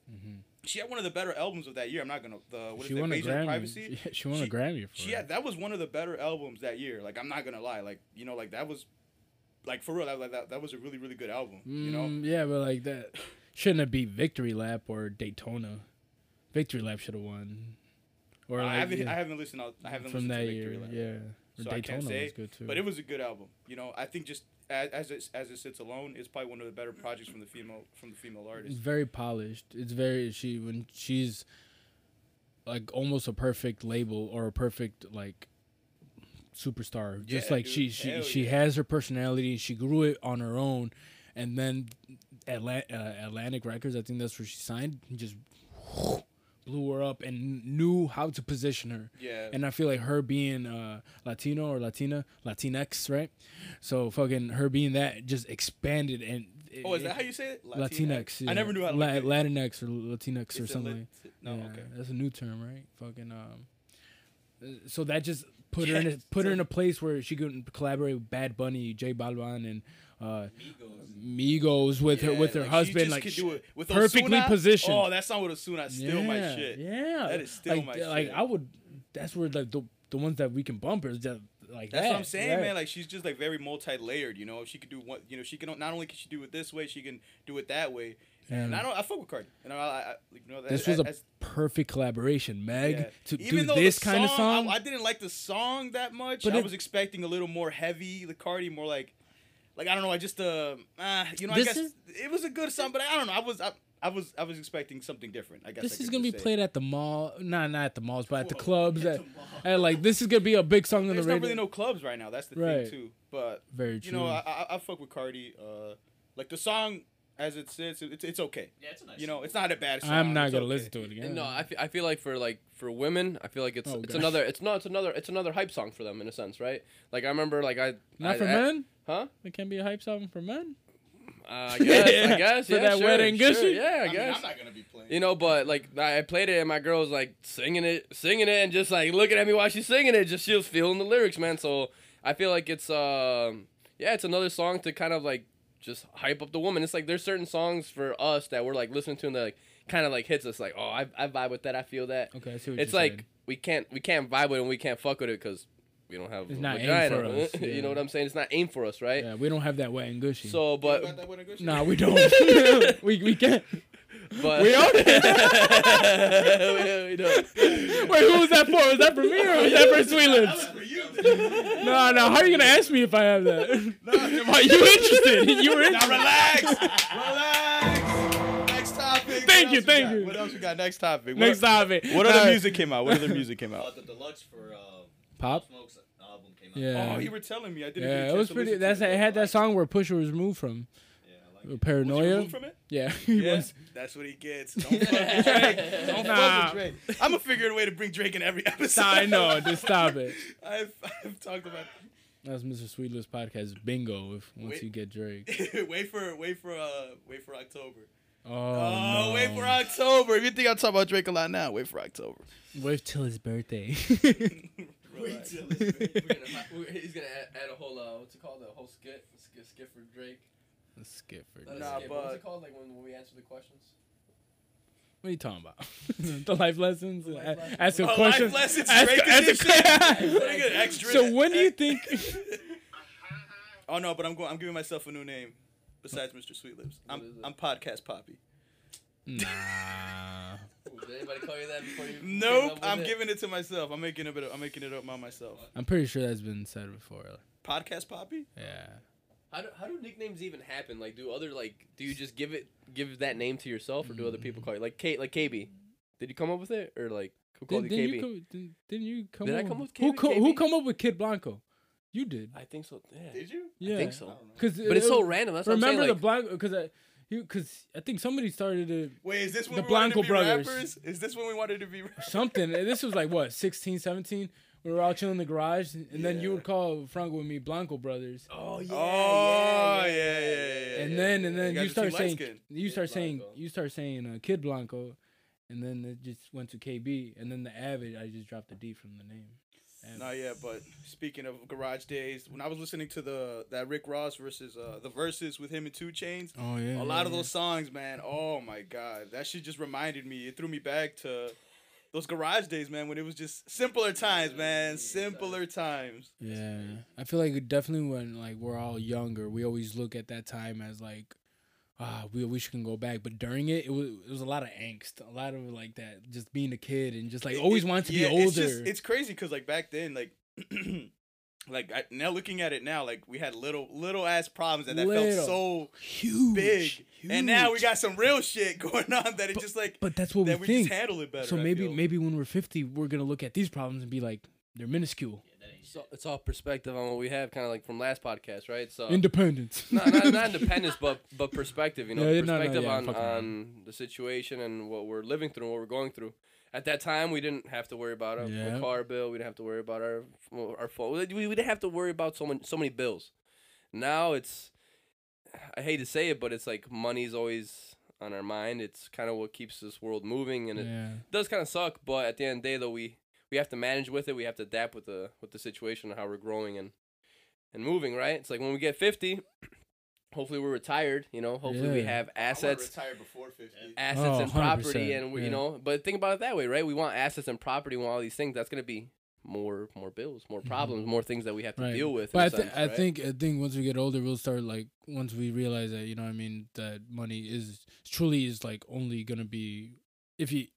[SPEAKER 2] She had one of the better albums of that year. I'm not gonna the what is
[SPEAKER 3] Mm-hmm. She
[SPEAKER 2] it,
[SPEAKER 3] won a
[SPEAKER 2] Invasion of
[SPEAKER 3] Grammy.
[SPEAKER 2] Privacy.
[SPEAKER 3] She- she won a Grammy for
[SPEAKER 2] she
[SPEAKER 3] it.
[SPEAKER 2] had- that was one of the better albums that year. Like I'm not gonna lie, like you know like that was like for real that like, that, that was a really really good album. You know.
[SPEAKER 3] Mm, yeah, but like that shouldn't have been Victory Lap or Daytona. Victory Lap should have won. Or
[SPEAKER 2] I
[SPEAKER 3] like,
[SPEAKER 2] haven't
[SPEAKER 3] yeah,
[SPEAKER 2] I haven't listened out I haven't
[SPEAKER 3] from
[SPEAKER 2] listened
[SPEAKER 3] that
[SPEAKER 2] to Victory
[SPEAKER 3] year,
[SPEAKER 2] Lap.
[SPEAKER 3] yeah. Or
[SPEAKER 2] so I
[SPEAKER 3] Daytona
[SPEAKER 2] can't say,
[SPEAKER 3] was good too.
[SPEAKER 2] but it was a good album. You know, I think just as as it, as it sits alone, it's probably one of the better projects from the female from the female
[SPEAKER 3] It's
[SPEAKER 2] artist.
[SPEAKER 3] very polished. It's very she when she's like almost a perfect label or a perfect like superstar. Just
[SPEAKER 2] Yeah,
[SPEAKER 3] like she
[SPEAKER 2] dude.
[SPEAKER 3] she
[SPEAKER 2] Hell
[SPEAKER 3] she
[SPEAKER 2] yeah.
[SPEAKER 3] has her personality. She grew it on her own, and then Atla- uh, Atlantic Records, I think that's where she signed. Just blew her up and knew how to position her.
[SPEAKER 2] Yeah.
[SPEAKER 3] And I feel like her being uh, Latino or Latina, Latinx, right? So fucking her being that just expanded and.
[SPEAKER 2] Oh, is that how you say it?
[SPEAKER 3] Latinx. yeah.
[SPEAKER 2] I never knew how to
[SPEAKER 3] La-
[SPEAKER 2] look at it.
[SPEAKER 3] Latinx or Latinx or
[SPEAKER 2] Is it
[SPEAKER 3] something.
[SPEAKER 2] Lat-
[SPEAKER 3] like-
[SPEAKER 2] no,
[SPEAKER 3] yeah,
[SPEAKER 2] okay.
[SPEAKER 3] That's a new term, right? Fucking um. uh, So that just put her in
[SPEAKER 2] Yeah,
[SPEAKER 3] a, put her
[SPEAKER 2] so-
[SPEAKER 3] in a place where she could collaborate with Bad Bunny, J Balvin, and uh, Migos, with her
[SPEAKER 2] Yeah,
[SPEAKER 3] with her
[SPEAKER 2] like, she
[SPEAKER 3] husband,
[SPEAKER 2] just
[SPEAKER 3] like
[SPEAKER 2] could
[SPEAKER 3] sh-
[SPEAKER 2] do it. With
[SPEAKER 3] perfectly
[SPEAKER 2] Ozuna?
[SPEAKER 3] positioned.
[SPEAKER 2] Oh, that song with Osuna still my shit.
[SPEAKER 3] Yeah,
[SPEAKER 2] That is still
[SPEAKER 3] like,
[SPEAKER 2] my
[SPEAKER 3] th- Like
[SPEAKER 2] shit.
[SPEAKER 3] I would, that's where like the the ones that we can bump is just like
[SPEAKER 2] That's
[SPEAKER 3] that,
[SPEAKER 2] what I'm saying,
[SPEAKER 3] right?
[SPEAKER 2] man. Like she's just like very multi-layered. You know, she could do one. You know, she can not only can she do it this way, she can do it that way. And
[SPEAKER 3] Yeah.
[SPEAKER 2] I don't. I fuck with Cardi. And I, I, I you know, that,
[SPEAKER 3] this was a
[SPEAKER 2] that's-
[SPEAKER 3] perfect collaboration, Meg,
[SPEAKER 2] Yeah.
[SPEAKER 3] to
[SPEAKER 2] Even
[SPEAKER 3] do
[SPEAKER 2] though
[SPEAKER 3] this
[SPEAKER 2] the
[SPEAKER 3] kind of song.
[SPEAKER 2] I, I didn't like the song that much.
[SPEAKER 3] But
[SPEAKER 2] I
[SPEAKER 3] it-
[SPEAKER 2] was expecting a little more heavy, the Cardi, more like, like I don't know. I just uh, uh you know, I
[SPEAKER 3] This
[SPEAKER 2] guess
[SPEAKER 3] is-
[SPEAKER 2] it was a good song, but I don't know. I was I, I was I was expecting something different. I guess
[SPEAKER 3] This
[SPEAKER 2] I
[SPEAKER 3] is
[SPEAKER 2] could
[SPEAKER 3] gonna be
[SPEAKER 2] just say.
[SPEAKER 3] played at the mall. Nah, not at the malls, but at the
[SPEAKER 2] Whoa,
[SPEAKER 3] clubs.
[SPEAKER 2] at
[SPEAKER 3] At,
[SPEAKER 2] the mall.
[SPEAKER 3] at, like this is gonna be a big song on the
[SPEAKER 2] There's not
[SPEAKER 3] radio.
[SPEAKER 2] really no clubs right now. That's the
[SPEAKER 3] Right.
[SPEAKER 2] thing too. But
[SPEAKER 3] Very
[SPEAKER 2] you know,
[SPEAKER 3] true.
[SPEAKER 2] I, I I fuck with Cardi. Uh, like the song as it sits, it's it's okay.
[SPEAKER 6] Yeah, it's a nice
[SPEAKER 2] You know, it's not a bad song.
[SPEAKER 3] I'm not
[SPEAKER 2] It's
[SPEAKER 3] gonna
[SPEAKER 2] okay.
[SPEAKER 3] listen to it again.
[SPEAKER 4] No, I fe- I feel like for like for women, I feel like it's
[SPEAKER 3] Oh,
[SPEAKER 4] it's
[SPEAKER 3] gosh.
[SPEAKER 4] another it's no it's another it's another hype song for them in a sense, right? Like I remember like I
[SPEAKER 3] not
[SPEAKER 4] I-
[SPEAKER 3] for
[SPEAKER 4] I-
[SPEAKER 3] men.
[SPEAKER 4] huh?
[SPEAKER 3] It can be a hype song for men.
[SPEAKER 4] Uh, I guess I guess
[SPEAKER 3] For
[SPEAKER 4] yeah,
[SPEAKER 3] that
[SPEAKER 4] sure,
[SPEAKER 3] wedding
[SPEAKER 4] sure,
[SPEAKER 3] Gucci?
[SPEAKER 4] yeah, I
[SPEAKER 2] I mean,
[SPEAKER 4] guess
[SPEAKER 2] I'm not gonna be playing.
[SPEAKER 4] you know, but like I I played it and my girl was like singing it, singing it, and just like looking at me while she's singing it, just she was feeling the lyrics, man. So I feel like it's um yeah, it's another song to kind of like just hype up the woman. It's like there's certain songs for us that we're like listening to and that like kind of like hits us like oh I, I vibe with that I feel that
[SPEAKER 3] Okay, I see what
[SPEAKER 4] it's
[SPEAKER 3] you're
[SPEAKER 4] like
[SPEAKER 3] saying.
[SPEAKER 4] we can't we can't vibe with it and we can't fuck with it because we don't have
[SPEAKER 3] It's
[SPEAKER 4] a
[SPEAKER 3] not aimed
[SPEAKER 4] vagina.
[SPEAKER 3] for us, yeah.
[SPEAKER 4] you know what I'm saying it's not aimed for us right
[SPEAKER 3] Yeah, we don't have that wet and gushy.
[SPEAKER 4] so
[SPEAKER 2] You got
[SPEAKER 4] but
[SPEAKER 2] that with a good shit?
[SPEAKER 3] nah, we don't. we we can't.
[SPEAKER 4] but
[SPEAKER 3] We are.
[SPEAKER 4] We- we don't.
[SPEAKER 3] Wait, who was that for? Was that for me or was that for Sweetlands?
[SPEAKER 2] For you.
[SPEAKER 3] No, no. How are you gonna ask me if I have that? Why you interested? You were
[SPEAKER 2] Now
[SPEAKER 3] interested.
[SPEAKER 2] relax. relax. Next topic. What
[SPEAKER 3] Thank you,
[SPEAKER 2] else we
[SPEAKER 3] thank
[SPEAKER 2] got?
[SPEAKER 3] you.
[SPEAKER 2] What else we got? Next topic.
[SPEAKER 3] Next
[SPEAKER 2] what,
[SPEAKER 3] topic.
[SPEAKER 2] What
[SPEAKER 3] Nah.
[SPEAKER 2] other music came out? What other music came
[SPEAKER 6] Uh,
[SPEAKER 2] out?
[SPEAKER 6] the deluxe for uh,
[SPEAKER 3] Pop.
[SPEAKER 6] Smoke's album came out.
[SPEAKER 3] Yeah.
[SPEAKER 2] Oh, you were telling me. I didn't. get a
[SPEAKER 3] Yeah, it
[SPEAKER 2] chance
[SPEAKER 3] was
[SPEAKER 2] to
[SPEAKER 3] pretty.
[SPEAKER 2] listen to
[SPEAKER 3] That's
[SPEAKER 2] it.
[SPEAKER 3] it had that song where Pusher was removed from
[SPEAKER 6] Yeah, I like it.
[SPEAKER 2] Was he
[SPEAKER 3] Paranoia.
[SPEAKER 2] removed from it?
[SPEAKER 3] Yeah, he
[SPEAKER 2] Yeah,
[SPEAKER 3] was.
[SPEAKER 2] that's what he gets. Don't fuck with Drake. Don't
[SPEAKER 3] Nah.
[SPEAKER 2] fuck with Drake. I'm gonna figure out a way to bring Drake in every episode.
[SPEAKER 3] I know. Just stop it.
[SPEAKER 2] I've, I've talked about.
[SPEAKER 3] That's Mr. Sweetlist podcast bingo. If once
[SPEAKER 2] Wait.
[SPEAKER 3] you get Drake.
[SPEAKER 2] wait for wait for uh wait for October.
[SPEAKER 3] Oh,
[SPEAKER 2] Oh,
[SPEAKER 3] no.
[SPEAKER 2] wait for October. If you think I'm talking about Drake a lot now, wait for October.
[SPEAKER 3] Wait till his birthday.
[SPEAKER 2] Relax.
[SPEAKER 4] he's gonna add, add a whole uh, what's it called? A whole skit, skit, skit for Drake.
[SPEAKER 3] Skip for
[SPEAKER 4] Not a
[SPEAKER 3] Drake.
[SPEAKER 2] Nah,
[SPEAKER 4] skit, but what's
[SPEAKER 2] but-
[SPEAKER 4] it called? Like when, when we answer the questions.
[SPEAKER 3] What are you talking about? the life lessons.
[SPEAKER 4] life
[SPEAKER 3] A-
[SPEAKER 4] lessons.
[SPEAKER 3] Ask a
[SPEAKER 2] Oh,
[SPEAKER 3] question.
[SPEAKER 2] life lessons,
[SPEAKER 3] Ask-
[SPEAKER 2] Drake
[SPEAKER 3] ask a-
[SPEAKER 2] edition. Pretty good, extra-
[SPEAKER 3] so when do you think?
[SPEAKER 2] Oh no, but I'm going. I'm giving myself a new name. Besides Mr. Sweet Lips, I'm
[SPEAKER 4] What is it?
[SPEAKER 2] I'm podcast Poppy.
[SPEAKER 3] nah.
[SPEAKER 4] Ooh, did anybody call you that before you? came up
[SPEAKER 2] Nope,
[SPEAKER 4] with
[SPEAKER 2] I'm
[SPEAKER 4] it?
[SPEAKER 2] giving it to myself. I'm making a bit. Of, I'm making it up by myself.
[SPEAKER 3] I'm pretty sure that's been said before.
[SPEAKER 2] Podcast Poppy.
[SPEAKER 3] Yeah.
[SPEAKER 4] How do, how do nicknames even happen? Like, do other like do you just give it give that name to yourself, or do other
[SPEAKER 2] Mm.
[SPEAKER 4] people call you like Kate like KB? Did you come up with it, or like who called
[SPEAKER 3] Did,
[SPEAKER 4] you
[SPEAKER 3] didn't
[SPEAKER 4] KB?
[SPEAKER 3] you come? Didn't, didn't you come?
[SPEAKER 4] Did I
[SPEAKER 3] up
[SPEAKER 4] come with
[SPEAKER 3] who
[SPEAKER 4] KB?
[SPEAKER 3] co- who
[SPEAKER 4] KB?
[SPEAKER 3] come up with Kid Blanco? You did.
[SPEAKER 4] I think so. Yeah.
[SPEAKER 2] Did you?
[SPEAKER 3] Yeah.
[SPEAKER 4] I think so.
[SPEAKER 3] Cause
[SPEAKER 4] But it's
[SPEAKER 3] it-
[SPEAKER 4] so random. That's
[SPEAKER 3] remember
[SPEAKER 4] what I'm saying.
[SPEAKER 3] the
[SPEAKER 4] like,
[SPEAKER 3] Blanco? Because I, you, because I think somebody started it.
[SPEAKER 2] Wait, is this when
[SPEAKER 3] The
[SPEAKER 2] we wanted to
[SPEAKER 3] Blanco
[SPEAKER 2] be
[SPEAKER 3] brothers.
[SPEAKER 2] rappers? Is this when we wanted to be? rappers?
[SPEAKER 3] something. And this was like what 16, 17. We were all chilling in the garage, and then you would call Franco and me Blanco brothers,
[SPEAKER 4] Oh yeah.
[SPEAKER 2] Oh yeah, yeah, yeah. yeah,
[SPEAKER 3] and
[SPEAKER 2] yeah.
[SPEAKER 3] then and
[SPEAKER 2] You
[SPEAKER 3] then
[SPEAKER 2] got
[SPEAKER 3] you
[SPEAKER 2] the
[SPEAKER 3] start
[SPEAKER 2] two
[SPEAKER 3] saying
[SPEAKER 2] light skin.
[SPEAKER 3] you start saying
[SPEAKER 4] Blanco.
[SPEAKER 3] you start saying uh, Kid Blanco, and then it just went to KB, and then the Avid, I just dropped the D from the name. Avid.
[SPEAKER 2] Not yet, but speaking of garage days, when I was listening to the that Rick Ross versus uh, the verses with him and Two Chains,
[SPEAKER 3] Oh yeah.
[SPEAKER 2] a lot of those songs, man. Oh my god, that shit just reminded me. It threw me back to those garage days, man. When it was just simpler times, man. Simpler times.
[SPEAKER 3] Yeah, I feel like definitely when like we're all younger, we always look at that time as like, ah, we wish we can go back. But during it, it was it was a lot of angst, a lot of like that, just being a kid and just like always
[SPEAKER 2] It-
[SPEAKER 3] wanting to
[SPEAKER 2] yeah,
[SPEAKER 3] be older.
[SPEAKER 2] It's, just, it's crazy because like back then, like. Like I, now, looking at it now, like we had little little ass problems that that
[SPEAKER 3] Little.
[SPEAKER 2] felt so
[SPEAKER 3] huge,
[SPEAKER 2] big, and now we
[SPEAKER 3] huge.
[SPEAKER 2] got some real shit going on that it
[SPEAKER 3] But-
[SPEAKER 2] just like
[SPEAKER 3] But that's what
[SPEAKER 2] that we
[SPEAKER 3] we think.
[SPEAKER 2] just handle it better.
[SPEAKER 3] so
[SPEAKER 2] I
[SPEAKER 3] maybe
[SPEAKER 2] feel.
[SPEAKER 3] maybe when we're fifty, we're gonna look at these problems and be like, they're minuscule.
[SPEAKER 4] It's all, it's all perspective on what we have, kind of like from last podcast, right?
[SPEAKER 2] Uh,
[SPEAKER 4] So
[SPEAKER 3] Independence.
[SPEAKER 4] not, not, not independence, but but perspective. You know,
[SPEAKER 3] Yeah, yeah, no, no,
[SPEAKER 4] perspective
[SPEAKER 3] yeah,
[SPEAKER 4] on
[SPEAKER 3] fucking right.
[SPEAKER 4] on the situation and what we're living through, what we're going through. At that time, we didn't have to worry about our
[SPEAKER 3] Yeah.
[SPEAKER 4] car bill. We didn't have to worry about our well, our phone. We, we didn't have to worry about so many so many bills. Now it's, I hate to say it, but it's like money's always on our mind. It's kind of what keeps this world moving, and it
[SPEAKER 3] yeah.
[SPEAKER 4] does kind of suck. But at the end of the day, though, we we have to manage with it. We have to adapt with the with the situation and how we're growing and and moving. Right? It's like when we get fifty, hopefully we're retired. You know, hopefully we
[SPEAKER 3] Yeah.
[SPEAKER 4] have assets.
[SPEAKER 2] retired before fifty.
[SPEAKER 4] Assets
[SPEAKER 3] Oh,
[SPEAKER 4] and property,
[SPEAKER 3] 100%,
[SPEAKER 4] and we,
[SPEAKER 3] yeah.
[SPEAKER 4] you know, but think about it that way, right? We want assets and property, we want all these things. That's gonna be more, more bills, more problems, more things that we have to
[SPEAKER 3] Mm-hmm. Right.
[SPEAKER 4] deal with. in
[SPEAKER 3] But
[SPEAKER 4] a
[SPEAKER 3] I, th-
[SPEAKER 4] sense,
[SPEAKER 3] I
[SPEAKER 4] right?
[SPEAKER 3] think I think once we get older, we'll start like once we realize that you know what I mean that money is truly is like only gonna be if you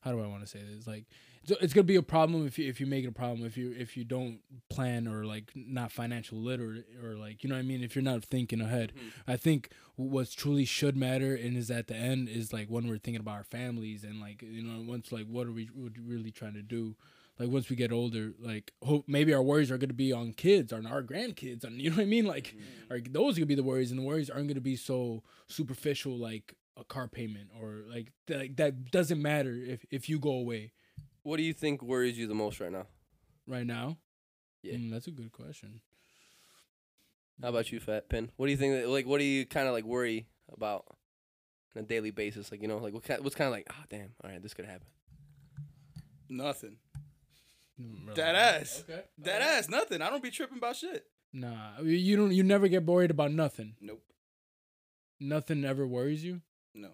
[SPEAKER 3] how do I want to say this like so it's gonna be a problem if you if you make it a problem if you if you don't plan or like not financial literate or like you know what I mean if you're not thinking ahead.
[SPEAKER 4] Mm-hmm.
[SPEAKER 3] I think what's truly should matter and is at the end is like when we're thinking about our families and like you know once like what are we what are we really trying to do like once we get older, like hope maybe our worries are gonna be on kids or on our grandkids, and you know what I mean. Like, like those are gonna be the worries, and the worries aren't gonna be so superficial, like a car payment or like th- like that doesn't matter if if you go away
[SPEAKER 4] What do you think worries you the most right now?
[SPEAKER 3] right now.
[SPEAKER 4] Yeah.
[SPEAKER 3] Mm, that's a good question.
[SPEAKER 4] How about you, Fat Pin? What do you think? That, like, what do you kind of like worry about on a daily basis? Like, you know, like what kind? What's kind of like? Ah, damn. All right, this could happen.
[SPEAKER 2] Nothing.
[SPEAKER 3] Mm, really.
[SPEAKER 2] That ass.
[SPEAKER 3] Okay.
[SPEAKER 2] That ass. Nothing. I don't be tripping about shit.
[SPEAKER 3] Nah, you- you don't. You never get worried about nothing.
[SPEAKER 2] Nope.
[SPEAKER 3] Nothing ever worries you.
[SPEAKER 2] No.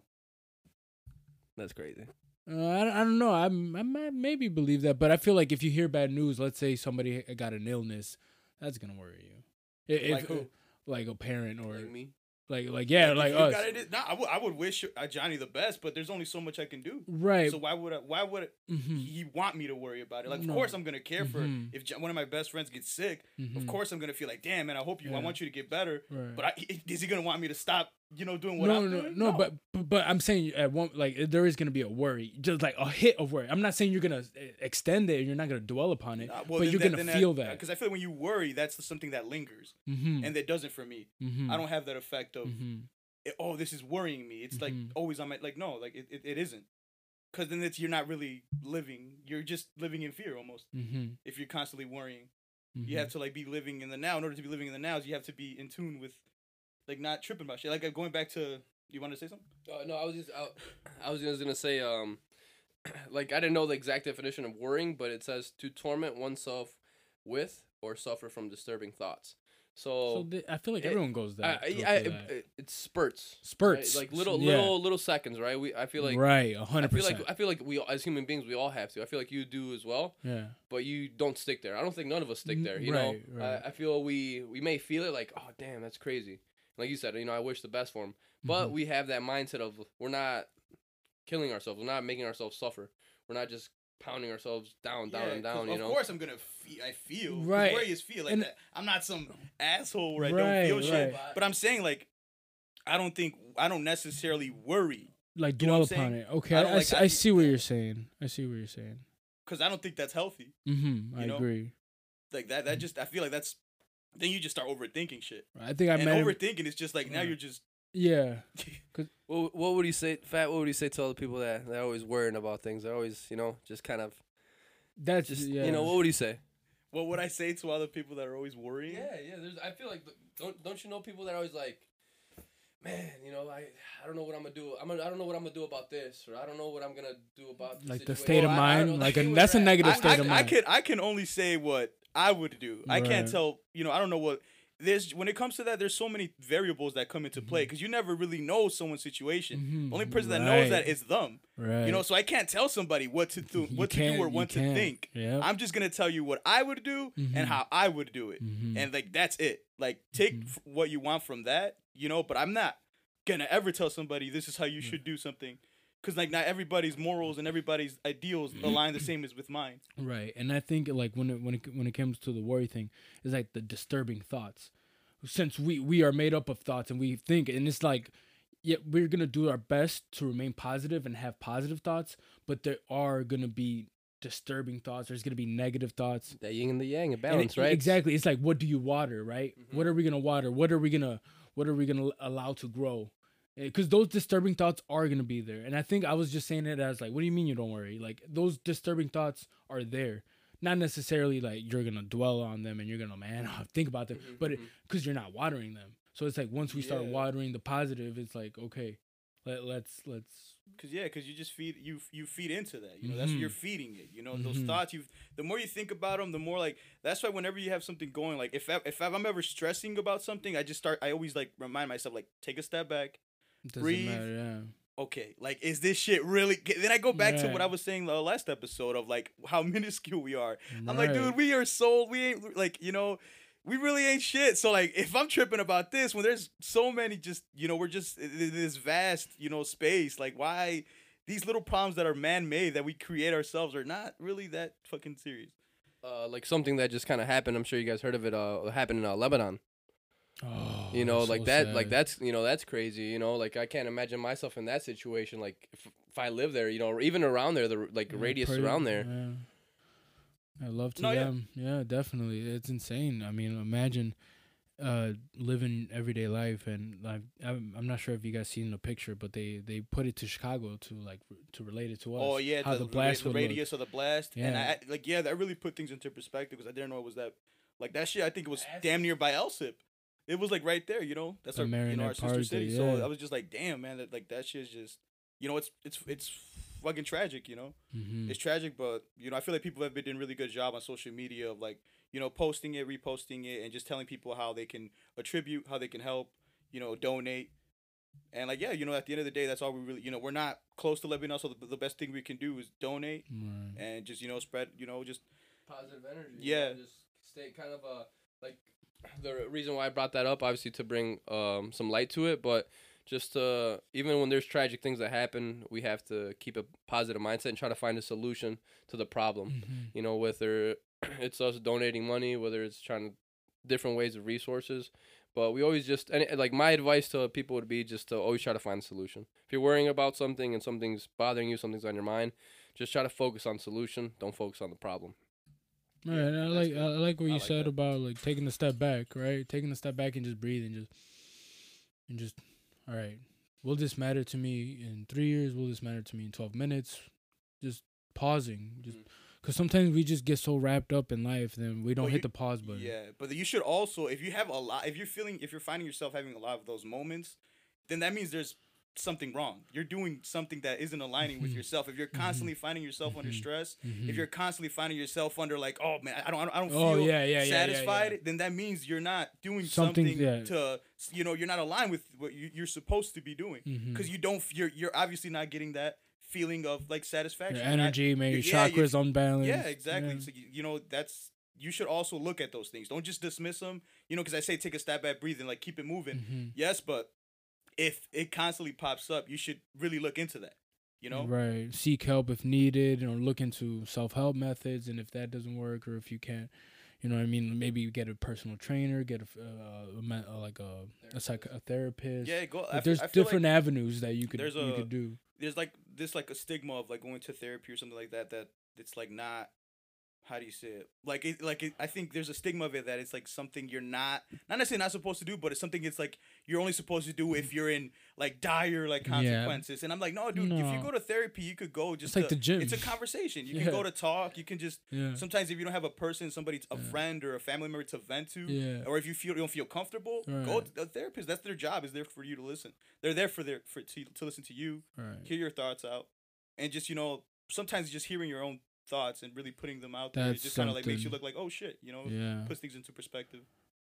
[SPEAKER 4] That's crazy.
[SPEAKER 3] Uh, I, don't- I don't know. I, m- I might maybe believe that, but I feel like if you hear bad news, let's say somebody h- got an illness, that's gonna worry you. I- If,
[SPEAKER 2] Like who?
[SPEAKER 3] Like a parent or
[SPEAKER 4] Like me.
[SPEAKER 3] like like yeah, like,
[SPEAKER 2] If you
[SPEAKER 3] us.
[SPEAKER 2] got it- nah, I would- I would wish uh, Johnny the best, but there's only so much I can do.
[SPEAKER 3] Right.
[SPEAKER 2] So why would I, why would
[SPEAKER 3] Mhm.
[SPEAKER 2] he want me to worry about it? Like, of
[SPEAKER 3] No.
[SPEAKER 2] course I'm gonna care
[SPEAKER 3] Mhm.
[SPEAKER 2] for if Jo- one of my best friends gets sick.
[SPEAKER 3] Mhm.
[SPEAKER 2] Of course I'm gonna feel like, damn man, I hope you.
[SPEAKER 3] Yeah.
[SPEAKER 2] I want you to get better.
[SPEAKER 3] Right.
[SPEAKER 2] But I, i- is he gonna want me to stop? You know, doing what
[SPEAKER 3] no,
[SPEAKER 2] I'm
[SPEAKER 3] no,
[SPEAKER 2] doing? Uh,
[SPEAKER 3] no, but but but I'm saying at one like there is gonna be a worry, just like a hit of worry. I'm not saying you're gonna uh, extend it, you're not gonna dwell upon it,
[SPEAKER 2] Nah, well,
[SPEAKER 3] but
[SPEAKER 2] then
[SPEAKER 3] you're
[SPEAKER 2] that-
[SPEAKER 3] gonna
[SPEAKER 2] then
[SPEAKER 3] feel that.
[SPEAKER 2] because I feel when you worry, that's something that lingers,
[SPEAKER 3] mm-hmm.
[SPEAKER 2] and that doesn't for me.
[SPEAKER 3] mm-hmm.
[SPEAKER 2] I don't have that effect of
[SPEAKER 3] Mm-hmm.
[SPEAKER 2] it- oh this is worrying me it's like
[SPEAKER 3] Mhm.
[SPEAKER 2] always on my like no like it, it, it isn't because then it's you're not really living you're just living in fear almost
[SPEAKER 3] Mm-hmm.
[SPEAKER 2] if you're constantly worrying you have to like be living in the now in order to be living in the now you have to be in tune with like not tripping about shit like uh, going back to you want to say something
[SPEAKER 4] Uh, no, I was just I, I was just gonna say um, like I didn't know the exact definition of worrying, but it says to torment oneself with or suffer from disturbing thoughts.
[SPEAKER 3] So
[SPEAKER 4] So,
[SPEAKER 3] th- I feel like
[SPEAKER 4] it-
[SPEAKER 3] everyone goes that.
[SPEAKER 4] I,
[SPEAKER 3] through
[SPEAKER 4] I, I,
[SPEAKER 3] that.
[SPEAKER 4] it, it spurts. right?
[SPEAKER 3] Spurts.
[SPEAKER 4] Like little
[SPEAKER 3] Yeah.
[SPEAKER 4] little little seconds, right? We I feel like
[SPEAKER 3] right, a hundred
[SPEAKER 4] I feel like
[SPEAKER 3] percent.
[SPEAKER 4] I feel like we all- as human beings we all have to. I feel like you do as well,
[SPEAKER 3] Yeah.
[SPEAKER 4] but you don't stick there. I don't think none of us stick
[SPEAKER 3] N-
[SPEAKER 4] there. You
[SPEAKER 3] right,
[SPEAKER 4] know,
[SPEAKER 3] right.
[SPEAKER 4] I, I feel we we may feel it like oh damn that's crazy. Like you said, you know I wish the best for him, but we have that mindset of we're not killing ourselves, we're not making ourselves suffer, we're not just pounding ourselves down, down,
[SPEAKER 2] Yeah,
[SPEAKER 4] and
[SPEAKER 2] 'cause
[SPEAKER 4] down. You
[SPEAKER 2] of
[SPEAKER 4] know,
[SPEAKER 2] course i'm gonna feel i feel 'cause
[SPEAKER 3] Right.
[SPEAKER 2] worry is feel like
[SPEAKER 3] And-
[SPEAKER 2] that. i'm not some asshole where i
[SPEAKER 3] Right,
[SPEAKER 2] don't feel shit
[SPEAKER 3] right.
[SPEAKER 2] but i'm saying like i don't think i don't necessarily worry
[SPEAKER 3] Like
[SPEAKER 2] You know
[SPEAKER 3] dwell
[SPEAKER 2] what I'm
[SPEAKER 3] upon
[SPEAKER 2] saying?
[SPEAKER 3] it. Okay,
[SPEAKER 2] I
[SPEAKER 3] I,
[SPEAKER 2] don't
[SPEAKER 3] I
[SPEAKER 2] like
[SPEAKER 3] s-
[SPEAKER 2] that
[SPEAKER 3] I
[SPEAKER 2] you-
[SPEAKER 3] see what you're saying. I see what you're saying.
[SPEAKER 2] because i don't think that's healthy
[SPEAKER 3] Mm-hmm. I
[SPEAKER 2] You know?
[SPEAKER 3] agree.
[SPEAKER 2] like that that just i feel like that's then you just start overthinking shit
[SPEAKER 3] I think I
[SPEAKER 2] and
[SPEAKER 3] met. him-
[SPEAKER 2] overthinking is just like now
[SPEAKER 3] Mm.
[SPEAKER 2] you're just
[SPEAKER 3] yeah.
[SPEAKER 4] What, what would you say, Fat? What would you say to all the people that they're always worrying about things? They're always you know just kind of
[SPEAKER 3] That's
[SPEAKER 4] just
[SPEAKER 3] yeah.
[SPEAKER 4] you know what would you say?
[SPEAKER 2] what would I say to all the people that are always worrying?
[SPEAKER 4] Yeah, yeah. There's. I feel like th- don't don't you know people that are always like, man, you know, I I don't know what I'm gonna do. I'm gonna, I don't know what I'm gonna do about this, or I don't know what I'm gonna do about this
[SPEAKER 3] Like the
[SPEAKER 4] situation.
[SPEAKER 3] state of
[SPEAKER 4] Well, I- I don't
[SPEAKER 3] mind,
[SPEAKER 4] know.
[SPEAKER 3] like a,
[SPEAKER 4] Where
[SPEAKER 3] that's a
[SPEAKER 4] we're at.
[SPEAKER 3] negative
[SPEAKER 2] I,
[SPEAKER 3] state of
[SPEAKER 2] I, I
[SPEAKER 3] mind.
[SPEAKER 2] can I can only say what I would do. I can't
[SPEAKER 3] Right.
[SPEAKER 2] tell. You know, I don't know what there's when it comes to that. There's so many variables that come into
[SPEAKER 3] Mm-hmm.
[SPEAKER 2] play because you never really know someone's situation.
[SPEAKER 3] Mhm.
[SPEAKER 2] Only person that knows
[SPEAKER 3] Right.
[SPEAKER 2] that is them.
[SPEAKER 3] right.
[SPEAKER 2] You know, so I can't tell somebody what to do,
[SPEAKER 3] You
[SPEAKER 2] what to
[SPEAKER 3] can't-
[SPEAKER 2] do, or
[SPEAKER 3] you
[SPEAKER 2] what to
[SPEAKER 3] can't.
[SPEAKER 2] think.
[SPEAKER 3] Yep.
[SPEAKER 2] I'm just gonna tell you what I would do
[SPEAKER 3] Mhm.
[SPEAKER 2] and how I would do it,
[SPEAKER 3] Mhm.
[SPEAKER 2] and like that's it. Like
[SPEAKER 3] Mm-hmm.
[SPEAKER 2] take f- what you want from that, you know. But I'm not gonna ever tell somebody this is how
[SPEAKER 3] Mm.
[SPEAKER 2] you should do something, because like not everybody's morals and everybody's ideals
[SPEAKER 3] Mm-hmm.
[SPEAKER 2] align the same as with mine.
[SPEAKER 3] Right, and I think like when it when it when it comes to the worry thing, is like the disturbing thoughts, since we we are made up of thoughts and we think, and it's like, yeah, we're gonna do our best to remain positive and have positive thoughts, but there are gonna be disturbing thoughts. There's gonna be negative thoughts.
[SPEAKER 4] The yin and the yang, a
[SPEAKER 3] And it-
[SPEAKER 4] balance, right? Mm-hmm.
[SPEAKER 3] Exactly. It's like what do you water, right? What are we gonna water? What are we gonna what are we gonna allow to grow? Because those disturbing thoughts are gonna be there. And I think I was just saying it as like, what do you mean you don't worry? Like those disturbing thoughts are there. Not necessarily like you're gonna dwell on them and you're gonna man think about them, but because you're not watering them. So it's like once we start
[SPEAKER 4] Mm-hmm, Yeah.
[SPEAKER 3] watering the positive, it's like okay, let, let's let's
[SPEAKER 2] Cause yeah, cause you just feed you you feed into that. You know that's
[SPEAKER 3] Mhm.
[SPEAKER 2] what you're feeding it. You know those
[SPEAKER 3] Mhm.
[SPEAKER 2] thoughts. You the more you think about them, the more like that's why whenever you have something going, like if I, if I'm ever stressing about something, I just start. I always like remind myself like take a step back.
[SPEAKER 3] doesn't
[SPEAKER 2] Breathe.
[SPEAKER 3] matter. Yeah.
[SPEAKER 2] Okay, like is this shit really? Then I go back to what
[SPEAKER 3] Right.
[SPEAKER 2] I was saying the last episode of like how minuscule we are. I'm like,
[SPEAKER 3] Right.
[SPEAKER 2] dude, we are sold. We ain't like you know. We really ain't shit. So like, if I'm tripping about this, when there's so many, just you know, we're just in this vast, you know, space. Like, why these little problems that are man-made that we create ourselves are not really that fucking serious.
[SPEAKER 4] Uh, like something that just kind of happened. I'm sure you guys heard of it. Uh, happened in uh, Lebanon.
[SPEAKER 3] Oh,
[SPEAKER 4] you know,
[SPEAKER 3] that's
[SPEAKER 4] like
[SPEAKER 3] so
[SPEAKER 4] that, like
[SPEAKER 3] sad.
[SPEAKER 4] that's you know that's crazy. You know, like I can't imagine myself in that situation. Like if, if I live there, you know, or even around there, the r- like
[SPEAKER 3] Yeah,
[SPEAKER 4] radius
[SPEAKER 3] pretty-
[SPEAKER 4] around there.
[SPEAKER 3] yeah. I love to
[SPEAKER 2] No, yeah.
[SPEAKER 3] them. Yeah. definitely. It's insane. I mean, imagine uh living everyday life and like I'm, I'm not sure if you guys seen the picture but they they put it to Chicago to like r- to relate it to us.
[SPEAKER 2] Oh yeah,
[SPEAKER 3] how the, blast
[SPEAKER 2] the
[SPEAKER 3] would look.
[SPEAKER 2] radius of the blast, and
[SPEAKER 3] Yeah.
[SPEAKER 2] I I- like yeah, that really put things into perspective because I didn't know it was that. Like that shit, I think it was damn near by LSIP. It was like right there, you know. That's
[SPEAKER 3] The
[SPEAKER 2] our you know our
[SPEAKER 3] Marinette
[SPEAKER 2] sister
[SPEAKER 3] Park,
[SPEAKER 2] city.
[SPEAKER 3] yeah.
[SPEAKER 2] So I was just like, damn man, that like that shit's just, you know, it's it's it's fucking tragic, you know.
[SPEAKER 3] Mhm.
[SPEAKER 2] It's tragic, but you know, I feel like people have been doing a really good job on social media of like you know posting it, reposting it, and just telling people how they can attribute, how they can help, you know, donate. And like yeah, you know, at the end of the day, that's all we really, you know, we're not close to Lebanon, so the, the best thing we can do is donate
[SPEAKER 3] Right.
[SPEAKER 2] and just you know spread you know just
[SPEAKER 4] positive energy.
[SPEAKER 2] you know, Yeah.
[SPEAKER 4] just stay kind of uh like the reason why I brought that up, obviously, to bring um some light to it, but just uh even when there's tragic things that happen, we have to keep a positive mindset and try to find a solution to the problem. You know, whether it's us donating money, whether it's trying to different ways of resources. But we always just and like my advice to people would be just to always try to find a solution. If you're worrying about something and something's bothering you, something's on your mind, just try to focus on solution. Don't focus on the problem.
[SPEAKER 3] All right, I like I like what
[SPEAKER 4] I
[SPEAKER 3] you
[SPEAKER 4] like
[SPEAKER 3] said
[SPEAKER 4] that.
[SPEAKER 3] about like taking a step back, right? Taking a step back and just breathe and just and just all right. Will this matter to me in three years? Will this matter to me in twelve minutes? Just pausing, just
[SPEAKER 2] Mm.
[SPEAKER 3] because sometimes we just get so wrapped up in life, then we don't
[SPEAKER 2] Well,
[SPEAKER 3] hit
[SPEAKER 2] you-
[SPEAKER 3] the pause button.
[SPEAKER 2] yeah but you should also if you have a lot if you're feeling if you're finding yourself having a lot of those moments then that means there's something wrong you're doing something that isn't aligning
[SPEAKER 3] Mm-hmm.
[SPEAKER 2] with yourself if you're constantly finding yourself under stress if you're constantly finding yourself under like oh man i don't i don't, I don't feel
[SPEAKER 3] Oh, yeah, yeah, yeah, yeah, yeah.
[SPEAKER 2] satisfied then that means you're not doing
[SPEAKER 3] Something-
[SPEAKER 2] something,
[SPEAKER 3] yeah.
[SPEAKER 2] to you know you're not aligned with what you, you're supposed to be doing
[SPEAKER 3] Mm-hmm.
[SPEAKER 2] because you don't you're you're obviously not getting that feeling of like satisfaction
[SPEAKER 3] Your
[SPEAKER 2] You're not-
[SPEAKER 3] energy, man, your
[SPEAKER 2] you're- yeah, you're-
[SPEAKER 3] chakras unbalanced.
[SPEAKER 2] yeah, exactly.
[SPEAKER 3] yeah.
[SPEAKER 2] So you, you know that's you should also look at those things. Don't just dismiss them. You know, because I say take a step back, breathing, like keep it moving. Yes, but if it constantly pops up, you should really look into that. You know,
[SPEAKER 3] Right. Seek help if needed or look into self help methods. And if that doesn't work or if you can't, you know what I mean? Maybe you get a personal trainer, get a, f- uh, a men- uh, like a, a, psych- a therapist.
[SPEAKER 2] Yeah, go-
[SPEAKER 3] Like,
[SPEAKER 2] I f-
[SPEAKER 3] there's
[SPEAKER 2] I feel like
[SPEAKER 3] different avenues that you could,
[SPEAKER 2] there's a-
[SPEAKER 3] you could do.
[SPEAKER 2] there's like this like a stigma of like going to therapy or something like that. That it's like not. How do you say it? Like it, like it, I think there's a stigma of it that it's like something you're not not necessarily not supposed to do, but it's something it's like you're only supposed to do
[SPEAKER 3] Mm.
[SPEAKER 2] if you're in like dire like consequences. And I'm like, no, dude, if you
[SPEAKER 3] No.
[SPEAKER 2] go to therapy, you could go just
[SPEAKER 3] like
[SPEAKER 2] to-
[SPEAKER 3] the gym.
[SPEAKER 2] It's a conversation. You
[SPEAKER 3] Yeah.
[SPEAKER 2] can go to talk. You can just
[SPEAKER 3] Yeah.
[SPEAKER 2] sometimes if you don't have a person, somebody, a friend or a family member to vent to,
[SPEAKER 3] Yeah.
[SPEAKER 2] or if you feel you don't feel comfortable, go
[SPEAKER 3] Right.
[SPEAKER 2] to a therapist. That's their job. Is there for you to listen. They're there for their for to, to listen to you,
[SPEAKER 3] Right.
[SPEAKER 2] hear your thoughts out, and just you know sometimes just hearing your own thoughts and really putting them out there it
[SPEAKER 3] That's
[SPEAKER 2] just kind of like makes you
[SPEAKER 3] something.
[SPEAKER 2] look like oh shit, you know,
[SPEAKER 3] Yeah.
[SPEAKER 2] puts things into perspective.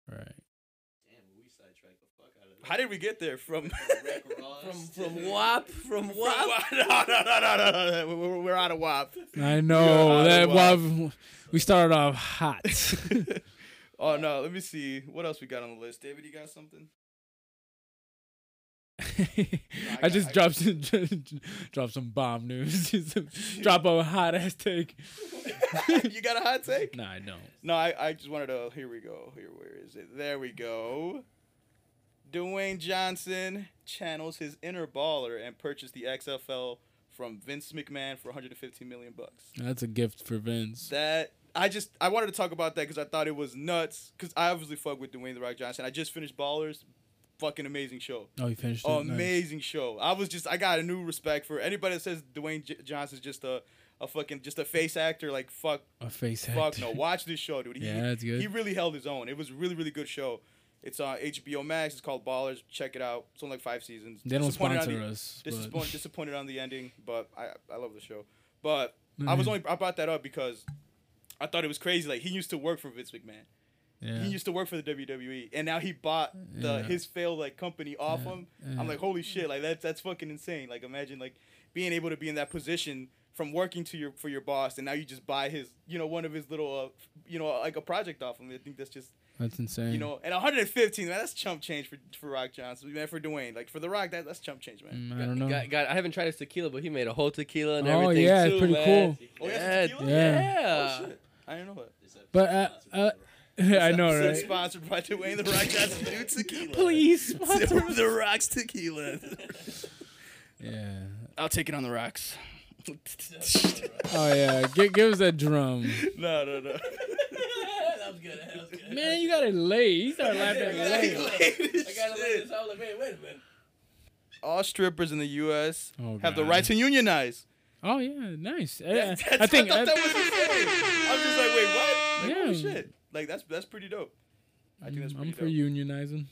[SPEAKER 3] Right.
[SPEAKER 6] Damn, we sidetracked the fuck out of that.
[SPEAKER 2] How did we get there from?
[SPEAKER 6] Rick Ross
[SPEAKER 4] From
[SPEAKER 6] to-
[SPEAKER 4] from WAP from WAP.
[SPEAKER 2] no, no, no, no, no, no. We're- We're, we're out of WAP.
[SPEAKER 3] I know that.
[SPEAKER 2] wow.
[SPEAKER 3] Well, we started off hot.
[SPEAKER 2] oh no, let me see what else we got on the list. David, you got something?
[SPEAKER 3] I
[SPEAKER 2] got-
[SPEAKER 3] just
[SPEAKER 2] I-
[SPEAKER 3] dropped some, dropped some bomb news. Just some- drop a hot ass take.
[SPEAKER 2] you got a hot take?
[SPEAKER 3] Nah, I don't.
[SPEAKER 2] No, I, I just wanted to. Here we go. Here, where is it? There we go. Dwayne Johnson channels his inner baller and purchased the XFL from Vince McMahon for 115 million bucks.
[SPEAKER 3] That's a gift for Vince.
[SPEAKER 2] That I just I wanted to talk about that because I thought it was nuts. Because I obviously fuck with Dwayne the Rock Johnson. I just finished Ballers, fucking amazing show.
[SPEAKER 3] Oh, you finished it. Nice.
[SPEAKER 2] Amazing show. I was just I got a new respect for anybody that says Dwayne J- Johnson's just a a fucking just a face actor. Like fuck
[SPEAKER 3] A face
[SPEAKER 2] Fuck
[SPEAKER 3] actor.
[SPEAKER 2] no! Watch this show, dude. He,
[SPEAKER 3] Yeah, it's good.
[SPEAKER 2] He really held his own. It was a really, really good show. It's on HBO Max. It's called Ballers. Check it out. It's only like five seasons.
[SPEAKER 3] They don't
[SPEAKER 2] Disappointed on
[SPEAKER 3] sponsor
[SPEAKER 2] the-
[SPEAKER 3] us,
[SPEAKER 2] Disappointed,
[SPEAKER 3] but-
[SPEAKER 2] disappointed on the ending, but I, I love the show. But I was
[SPEAKER 3] Mhm.
[SPEAKER 2] only I brought that up because I thought it was crazy. Like he used to work for Vince McMahon.
[SPEAKER 3] Yeah.
[SPEAKER 2] He used to work for the WWE, and now he bought the
[SPEAKER 3] Yeah.
[SPEAKER 2] his failed like company off him.
[SPEAKER 3] Yeah.
[SPEAKER 2] I'm like, holy shit! Like that's that's fucking insane. Like imagine like being able to be in that position from working to your for your boss, and now you just buy his you know one of his little uh, you know like a project off him. I think that's just
[SPEAKER 3] That's insane.
[SPEAKER 2] you know and 115 man that's chump change for for Rock Johnson man for Dwayne like for the Rock that that's chump change man.
[SPEAKER 3] Mm, I don't know.
[SPEAKER 4] God, God, I haven't tried his tequila, but he made a whole tequila and
[SPEAKER 3] Oh,
[SPEAKER 4] everything
[SPEAKER 3] yeah, it's
[SPEAKER 4] too,
[SPEAKER 3] pretty
[SPEAKER 4] man.
[SPEAKER 3] cool.
[SPEAKER 2] Oh, yeah,
[SPEAKER 4] yeah,
[SPEAKER 2] it's tequila?
[SPEAKER 4] yeah.
[SPEAKER 2] Oh shit! I didn't know that.
[SPEAKER 3] but uh, uh, I know,
[SPEAKER 2] Episode
[SPEAKER 3] right?
[SPEAKER 2] Sponsored by Dwayne the Rock Johnson Dude Tequila.
[SPEAKER 3] Please sponsor. us.
[SPEAKER 2] the Rock's Tequila.
[SPEAKER 3] yeah.
[SPEAKER 2] I'll take it on the rocks.
[SPEAKER 3] Oh yeah. Gi- give us that drum.
[SPEAKER 2] no, no, no.
[SPEAKER 4] that was good. That was good.
[SPEAKER 3] Man, you gotta lay. You start laughing at lay.
[SPEAKER 4] I gotta lay this out. Like, wait, wait a minute.
[SPEAKER 2] All strippers in the U.S.
[SPEAKER 3] Oh,
[SPEAKER 2] have the
[SPEAKER 3] God.
[SPEAKER 2] right to unionize.
[SPEAKER 3] Oh yeah, nice. Yeah,
[SPEAKER 2] That's-
[SPEAKER 3] I think
[SPEAKER 2] thought
[SPEAKER 3] I,
[SPEAKER 2] that was insane. I'm just like, wait, what? Like, holy
[SPEAKER 3] Yeah.
[SPEAKER 2] shit! Like that's that's pretty dope. I think that's pretty
[SPEAKER 3] am
[SPEAKER 2] dope.
[SPEAKER 3] for unionizing.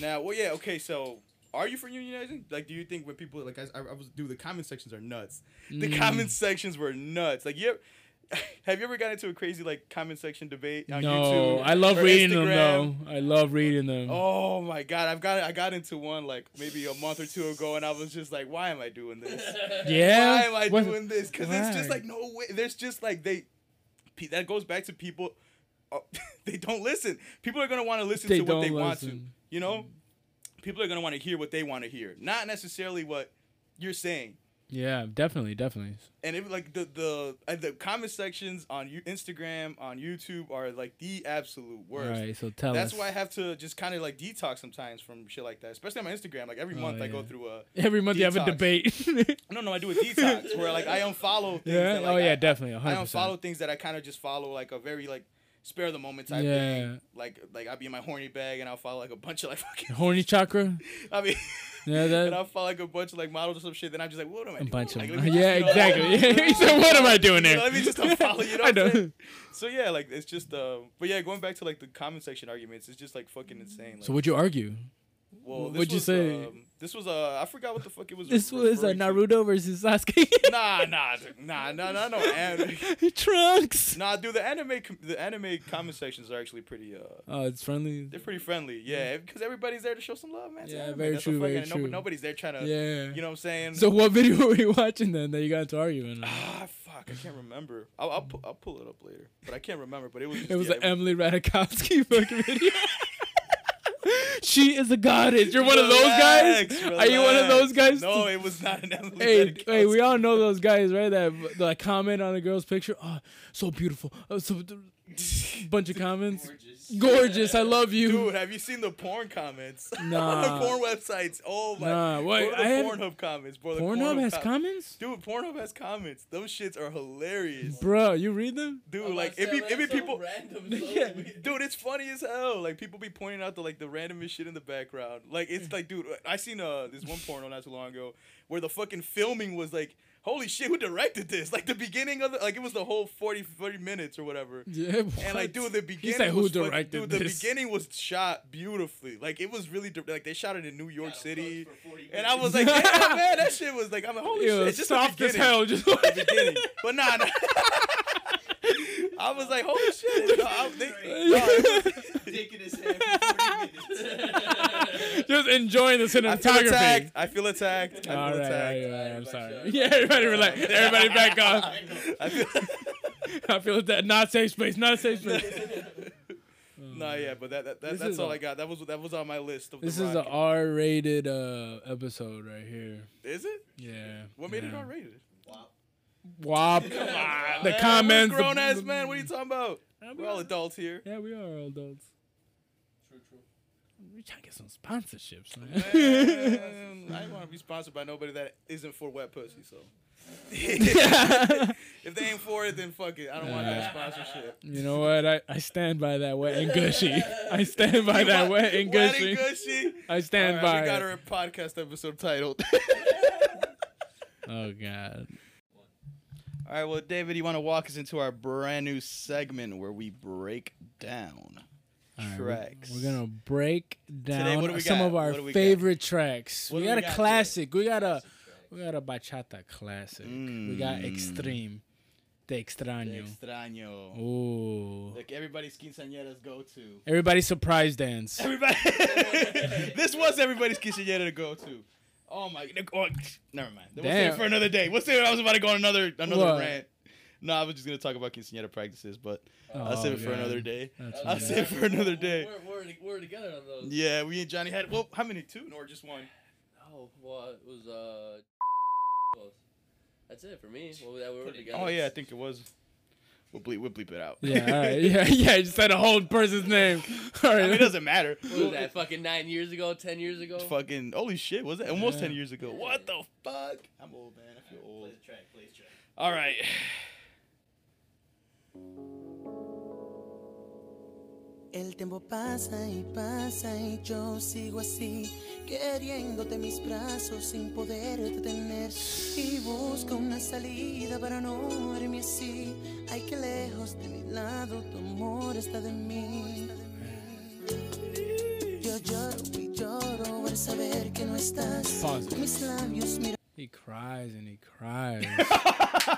[SPEAKER 2] Now, well, yeah, okay, so. Are you for unionizing? Like, do you think when people like I, I was dude, the comment sections are nuts. The
[SPEAKER 3] Mm.
[SPEAKER 2] comment sections were nuts. Like, you ever, have you ever gotten into a crazy like comment section debate on YouTube?
[SPEAKER 3] no, I love
[SPEAKER 2] or
[SPEAKER 3] reading
[SPEAKER 2] Instagram?
[SPEAKER 3] them though. I love reading them.
[SPEAKER 2] Oh my god, I've got I got into one like maybe a month or two ago, and I was just like, why am I doing this?
[SPEAKER 3] yeah.
[SPEAKER 2] Why am I
[SPEAKER 3] What-
[SPEAKER 2] doing this? Because it's just
[SPEAKER 3] why?
[SPEAKER 2] like no way. There's just like they. pe- That goes back to people. Uh, they don't listen. People are gonna want to listen
[SPEAKER 3] They
[SPEAKER 2] to what
[SPEAKER 3] don't
[SPEAKER 2] they want to.
[SPEAKER 3] listen. Mm.
[SPEAKER 2] You know, people are gonna want to hear what they want to hear, not necessarily what you're saying.
[SPEAKER 3] Yeah, definitely, definitely.
[SPEAKER 2] And it, like the the uh, the comment sections on you Instagram on YouTube are like the absolute
[SPEAKER 3] All
[SPEAKER 2] worst.
[SPEAKER 3] right, so tell
[SPEAKER 2] That's
[SPEAKER 3] us.
[SPEAKER 2] why I have to just kind of like detox sometimes from shit like that, especially on my Instagram. Like every
[SPEAKER 3] Oh,
[SPEAKER 2] month, I go
[SPEAKER 3] yeah.
[SPEAKER 2] through a
[SPEAKER 3] Every month you have a
[SPEAKER 2] Detox.
[SPEAKER 3] debate.
[SPEAKER 2] no, no, I do a detox where like I unfollow things.
[SPEAKER 3] yeah.
[SPEAKER 2] That, like,
[SPEAKER 3] oh yeah,
[SPEAKER 2] I,
[SPEAKER 3] definitely.
[SPEAKER 2] I
[SPEAKER 3] 100%.
[SPEAKER 2] unfollow things that I kind of just follow like a very like spare the moment type
[SPEAKER 3] Yeah.
[SPEAKER 2] thing. Like like I'll be in my horny bag and I'll follow like a bunch of like fucking
[SPEAKER 3] Horny chakra.
[SPEAKER 2] I mean
[SPEAKER 3] Yeah,
[SPEAKER 2] and
[SPEAKER 3] that.
[SPEAKER 2] I'll follow like a bunch of like models or some shit. Then I'm just like, what am I
[SPEAKER 3] Uh, A
[SPEAKER 2] doing?
[SPEAKER 3] bunch of
[SPEAKER 2] Like,
[SPEAKER 3] them.
[SPEAKER 2] let me
[SPEAKER 3] Yeah,
[SPEAKER 2] just, you know,
[SPEAKER 3] exactly. He said, "What am I doing
[SPEAKER 2] you
[SPEAKER 3] there?"
[SPEAKER 2] know, let me just unfollow you. Know
[SPEAKER 3] I
[SPEAKER 2] what I'm
[SPEAKER 3] know.
[SPEAKER 2] saying? So yeah, like it's just uh, but yeah, going back to like the comment section arguments, it's just like fucking insane. Like,
[SPEAKER 3] So what'd you argue?
[SPEAKER 2] well, this
[SPEAKER 3] what'd you
[SPEAKER 2] was,
[SPEAKER 3] say?
[SPEAKER 2] Um, this was uh, I forgot what the fuck it was.
[SPEAKER 3] This was a
[SPEAKER 2] referring to.
[SPEAKER 3] Naruto versus Sasuke.
[SPEAKER 2] Nah, nah, nah, nah, nah, no anime.
[SPEAKER 3] Trunks.
[SPEAKER 2] Nah, dude, the anime, com- the anime comment sections are actually pretty. uh
[SPEAKER 3] Oh, it's friendly.
[SPEAKER 2] They're pretty friendly, yeah, because everybody's there to show some love, man. It's
[SPEAKER 3] Yeah,
[SPEAKER 2] anime,
[SPEAKER 3] very
[SPEAKER 2] that's what
[SPEAKER 3] true,
[SPEAKER 2] fucking-
[SPEAKER 3] very
[SPEAKER 2] no-
[SPEAKER 3] true.
[SPEAKER 2] nobody's there trying to,
[SPEAKER 3] Yeah.
[SPEAKER 2] uh, you know what I'm saying?
[SPEAKER 3] So what video were you watching then that you got into arguing? on?
[SPEAKER 2] ah, fuck, I can't remember. I'll I'll, pu- I'll pull it up later, but I can't remember. But it was. Just,
[SPEAKER 3] It was
[SPEAKER 2] yeah,
[SPEAKER 3] an Emily Ratajkowski fucking video. she is a goddess. You're one of those guys.
[SPEAKER 2] Relax,
[SPEAKER 3] Are you one of those
[SPEAKER 2] relax.
[SPEAKER 3] guys?
[SPEAKER 2] No, it was not an Emily.
[SPEAKER 3] Hey,
[SPEAKER 2] Ratajkowski.
[SPEAKER 3] hey, we all know those guys, right? That like comment on a girl's picture. Oh, so beautiful. Oh, so bunch of comments.
[SPEAKER 6] Gorgeous.
[SPEAKER 3] Gorgeous, I love you.
[SPEAKER 2] Dude, have you seen the porn comments? on
[SPEAKER 3] Nah.
[SPEAKER 2] the porn websites. Oh my.
[SPEAKER 3] Nah, wait,
[SPEAKER 2] Go to the
[SPEAKER 3] I haven't-
[SPEAKER 2] Pornhub comments, bro. The
[SPEAKER 3] Pornhub has
[SPEAKER 2] com-
[SPEAKER 3] comments,
[SPEAKER 2] Dude, Pornhub has comments. Those shits are hilarious.
[SPEAKER 3] bro. You read them?
[SPEAKER 2] Dude, like it be it be people.
[SPEAKER 4] Random.
[SPEAKER 3] Yeah.
[SPEAKER 2] Dude, it's funny as hell. Like people be pointing out the like the randomest shit in the background. Like
[SPEAKER 3] Mm.
[SPEAKER 2] it's like, dude, I seen uh this one porno not too long ago where the fucking filming was like, holy shit, who directed this? Like the beginning of the like it was the whole 40, 30 minutes or whatever.
[SPEAKER 3] Yeah.
[SPEAKER 2] And like, dude, the beginning.
[SPEAKER 3] He said, "Who
[SPEAKER 2] was fucking-
[SPEAKER 3] directed
[SPEAKER 2] dude, the
[SPEAKER 3] this?"
[SPEAKER 2] beginning was shot beautifully. Like it was really di- like they shot it in New York City,
[SPEAKER 6] for 40
[SPEAKER 2] and I was like, yeah, man, that shit was like, I'm like, holy
[SPEAKER 3] It
[SPEAKER 2] shit,
[SPEAKER 3] was
[SPEAKER 2] it's just
[SPEAKER 3] soft
[SPEAKER 2] the
[SPEAKER 3] as
[SPEAKER 2] beginning.
[SPEAKER 3] hell. Just
[SPEAKER 2] The beginning. But nah, nah. I was like, holy shit. No, I, they, no, it was-
[SPEAKER 6] Dick in his hand for 40 minutes.
[SPEAKER 3] just enjoying the
[SPEAKER 2] I feel attacked.
[SPEAKER 3] cinematography.
[SPEAKER 2] I feel attacked. I feel
[SPEAKER 3] All right, all right,
[SPEAKER 2] attacked.
[SPEAKER 3] all right, I'm sorry.
[SPEAKER 4] Everybody
[SPEAKER 3] Yeah, everybody relax. Everybody back off.
[SPEAKER 6] I know.
[SPEAKER 2] I feel,
[SPEAKER 3] I feel that not safe space, not safe space.
[SPEAKER 2] no, yeah, but that, that, that
[SPEAKER 3] This
[SPEAKER 2] that's
[SPEAKER 3] is
[SPEAKER 2] all
[SPEAKER 3] a-
[SPEAKER 2] I got. That was that was on my list of
[SPEAKER 3] This
[SPEAKER 2] the
[SPEAKER 3] is an
[SPEAKER 2] rock.
[SPEAKER 3] R-rated uh, episode right here.
[SPEAKER 2] Is it?
[SPEAKER 3] Yeah.
[SPEAKER 2] What made it
[SPEAKER 3] yeah.
[SPEAKER 2] R-rated?
[SPEAKER 6] Wow.
[SPEAKER 3] WAP. the comments. the-
[SPEAKER 2] grown ass man. What are you talking about?
[SPEAKER 3] Yeah, we
[SPEAKER 2] We're all
[SPEAKER 3] are-
[SPEAKER 2] adults here.
[SPEAKER 3] Yeah, we are all adults.
[SPEAKER 6] True, true.
[SPEAKER 3] We trying to get some sponsorships, man.
[SPEAKER 2] Man, I want to be sponsored by nobody that isn't for wet pussy. So if they ain't for it, then fuck it. I don't want that sponsorship.
[SPEAKER 3] you know what? I, I stand by that wet and gushy. I stand by that
[SPEAKER 2] Wet-
[SPEAKER 3] wet and
[SPEAKER 2] wet
[SPEAKER 3] gushy.
[SPEAKER 2] gushy.
[SPEAKER 3] I
[SPEAKER 2] All
[SPEAKER 3] stand
[SPEAKER 2] right,
[SPEAKER 3] by.
[SPEAKER 2] we got
[SPEAKER 3] it.
[SPEAKER 2] our podcast episode titled.
[SPEAKER 3] Oh god.
[SPEAKER 2] All right, well, David, you want to walk us into our brand new segment where we break down
[SPEAKER 3] All right, we're-
[SPEAKER 2] tracks.
[SPEAKER 3] We're gonna break down
[SPEAKER 2] what do we
[SPEAKER 3] some
[SPEAKER 2] got?
[SPEAKER 3] of our
[SPEAKER 2] What do we got?
[SPEAKER 3] favorite tracks.
[SPEAKER 2] What
[SPEAKER 3] we
[SPEAKER 2] do
[SPEAKER 3] got
[SPEAKER 2] we
[SPEAKER 3] a
[SPEAKER 2] got today?
[SPEAKER 3] classic. We got a we got a bachata classic. We got
[SPEAKER 2] Mm.
[SPEAKER 3] extreme. Te extraño.
[SPEAKER 2] Extraño.
[SPEAKER 3] Oh.
[SPEAKER 2] Like everybody's quinceañeras go to.
[SPEAKER 3] Everybody surprise dance.
[SPEAKER 2] Everybody. this was everybody's quinceañera to go to. Oh my. Oh, never mind. We'll save
[SPEAKER 3] Damn.
[SPEAKER 2] it for another day. We'll save it. I was about to go on another another
[SPEAKER 3] What?
[SPEAKER 2] rant. No, I was just gonna talk about quinceañera practices, but I'll
[SPEAKER 3] Oh,
[SPEAKER 2] save it for
[SPEAKER 3] God.
[SPEAKER 2] another day.
[SPEAKER 3] That's
[SPEAKER 2] I'll
[SPEAKER 3] funny.
[SPEAKER 2] save it for another day.
[SPEAKER 4] We're, we're, we're together on those.
[SPEAKER 2] Yeah, we and Johnny had well, how many? Two or just one?
[SPEAKER 4] Oh, well, it was uh. close. That's it for me. Well, that we were together.
[SPEAKER 2] Oh yeah, I think it was. We'll bleep, we'll bleep it out.
[SPEAKER 3] Yeah, all right. Yeah, yeah, you said a whole person's name. All
[SPEAKER 2] I mean, it
[SPEAKER 3] right.
[SPEAKER 2] doesn't matter.
[SPEAKER 4] What was that? Fucking nine years ago, ten years ago.
[SPEAKER 2] Fucking holy shit! Was that almost
[SPEAKER 3] Yeah.
[SPEAKER 2] ten years ago? What the fuck? I'm old man. I feel old.
[SPEAKER 6] Play the track, play the track.
[SPEAKER 2] All right.
[SPEAKER 7] El tiempo pasa y pasa y yo sigo así, queriéndote en mis brazos sin poder detener. Y busco una salida para no verme así. Ay, que lejos de mi lado tu amor está de mí. Yo lloro y lloro al saber que no estás.
[SPEAKER 3] Pause.
[SPEAKER 7] Mis labios miran.
[SPEAKER 3] He cries and he cries.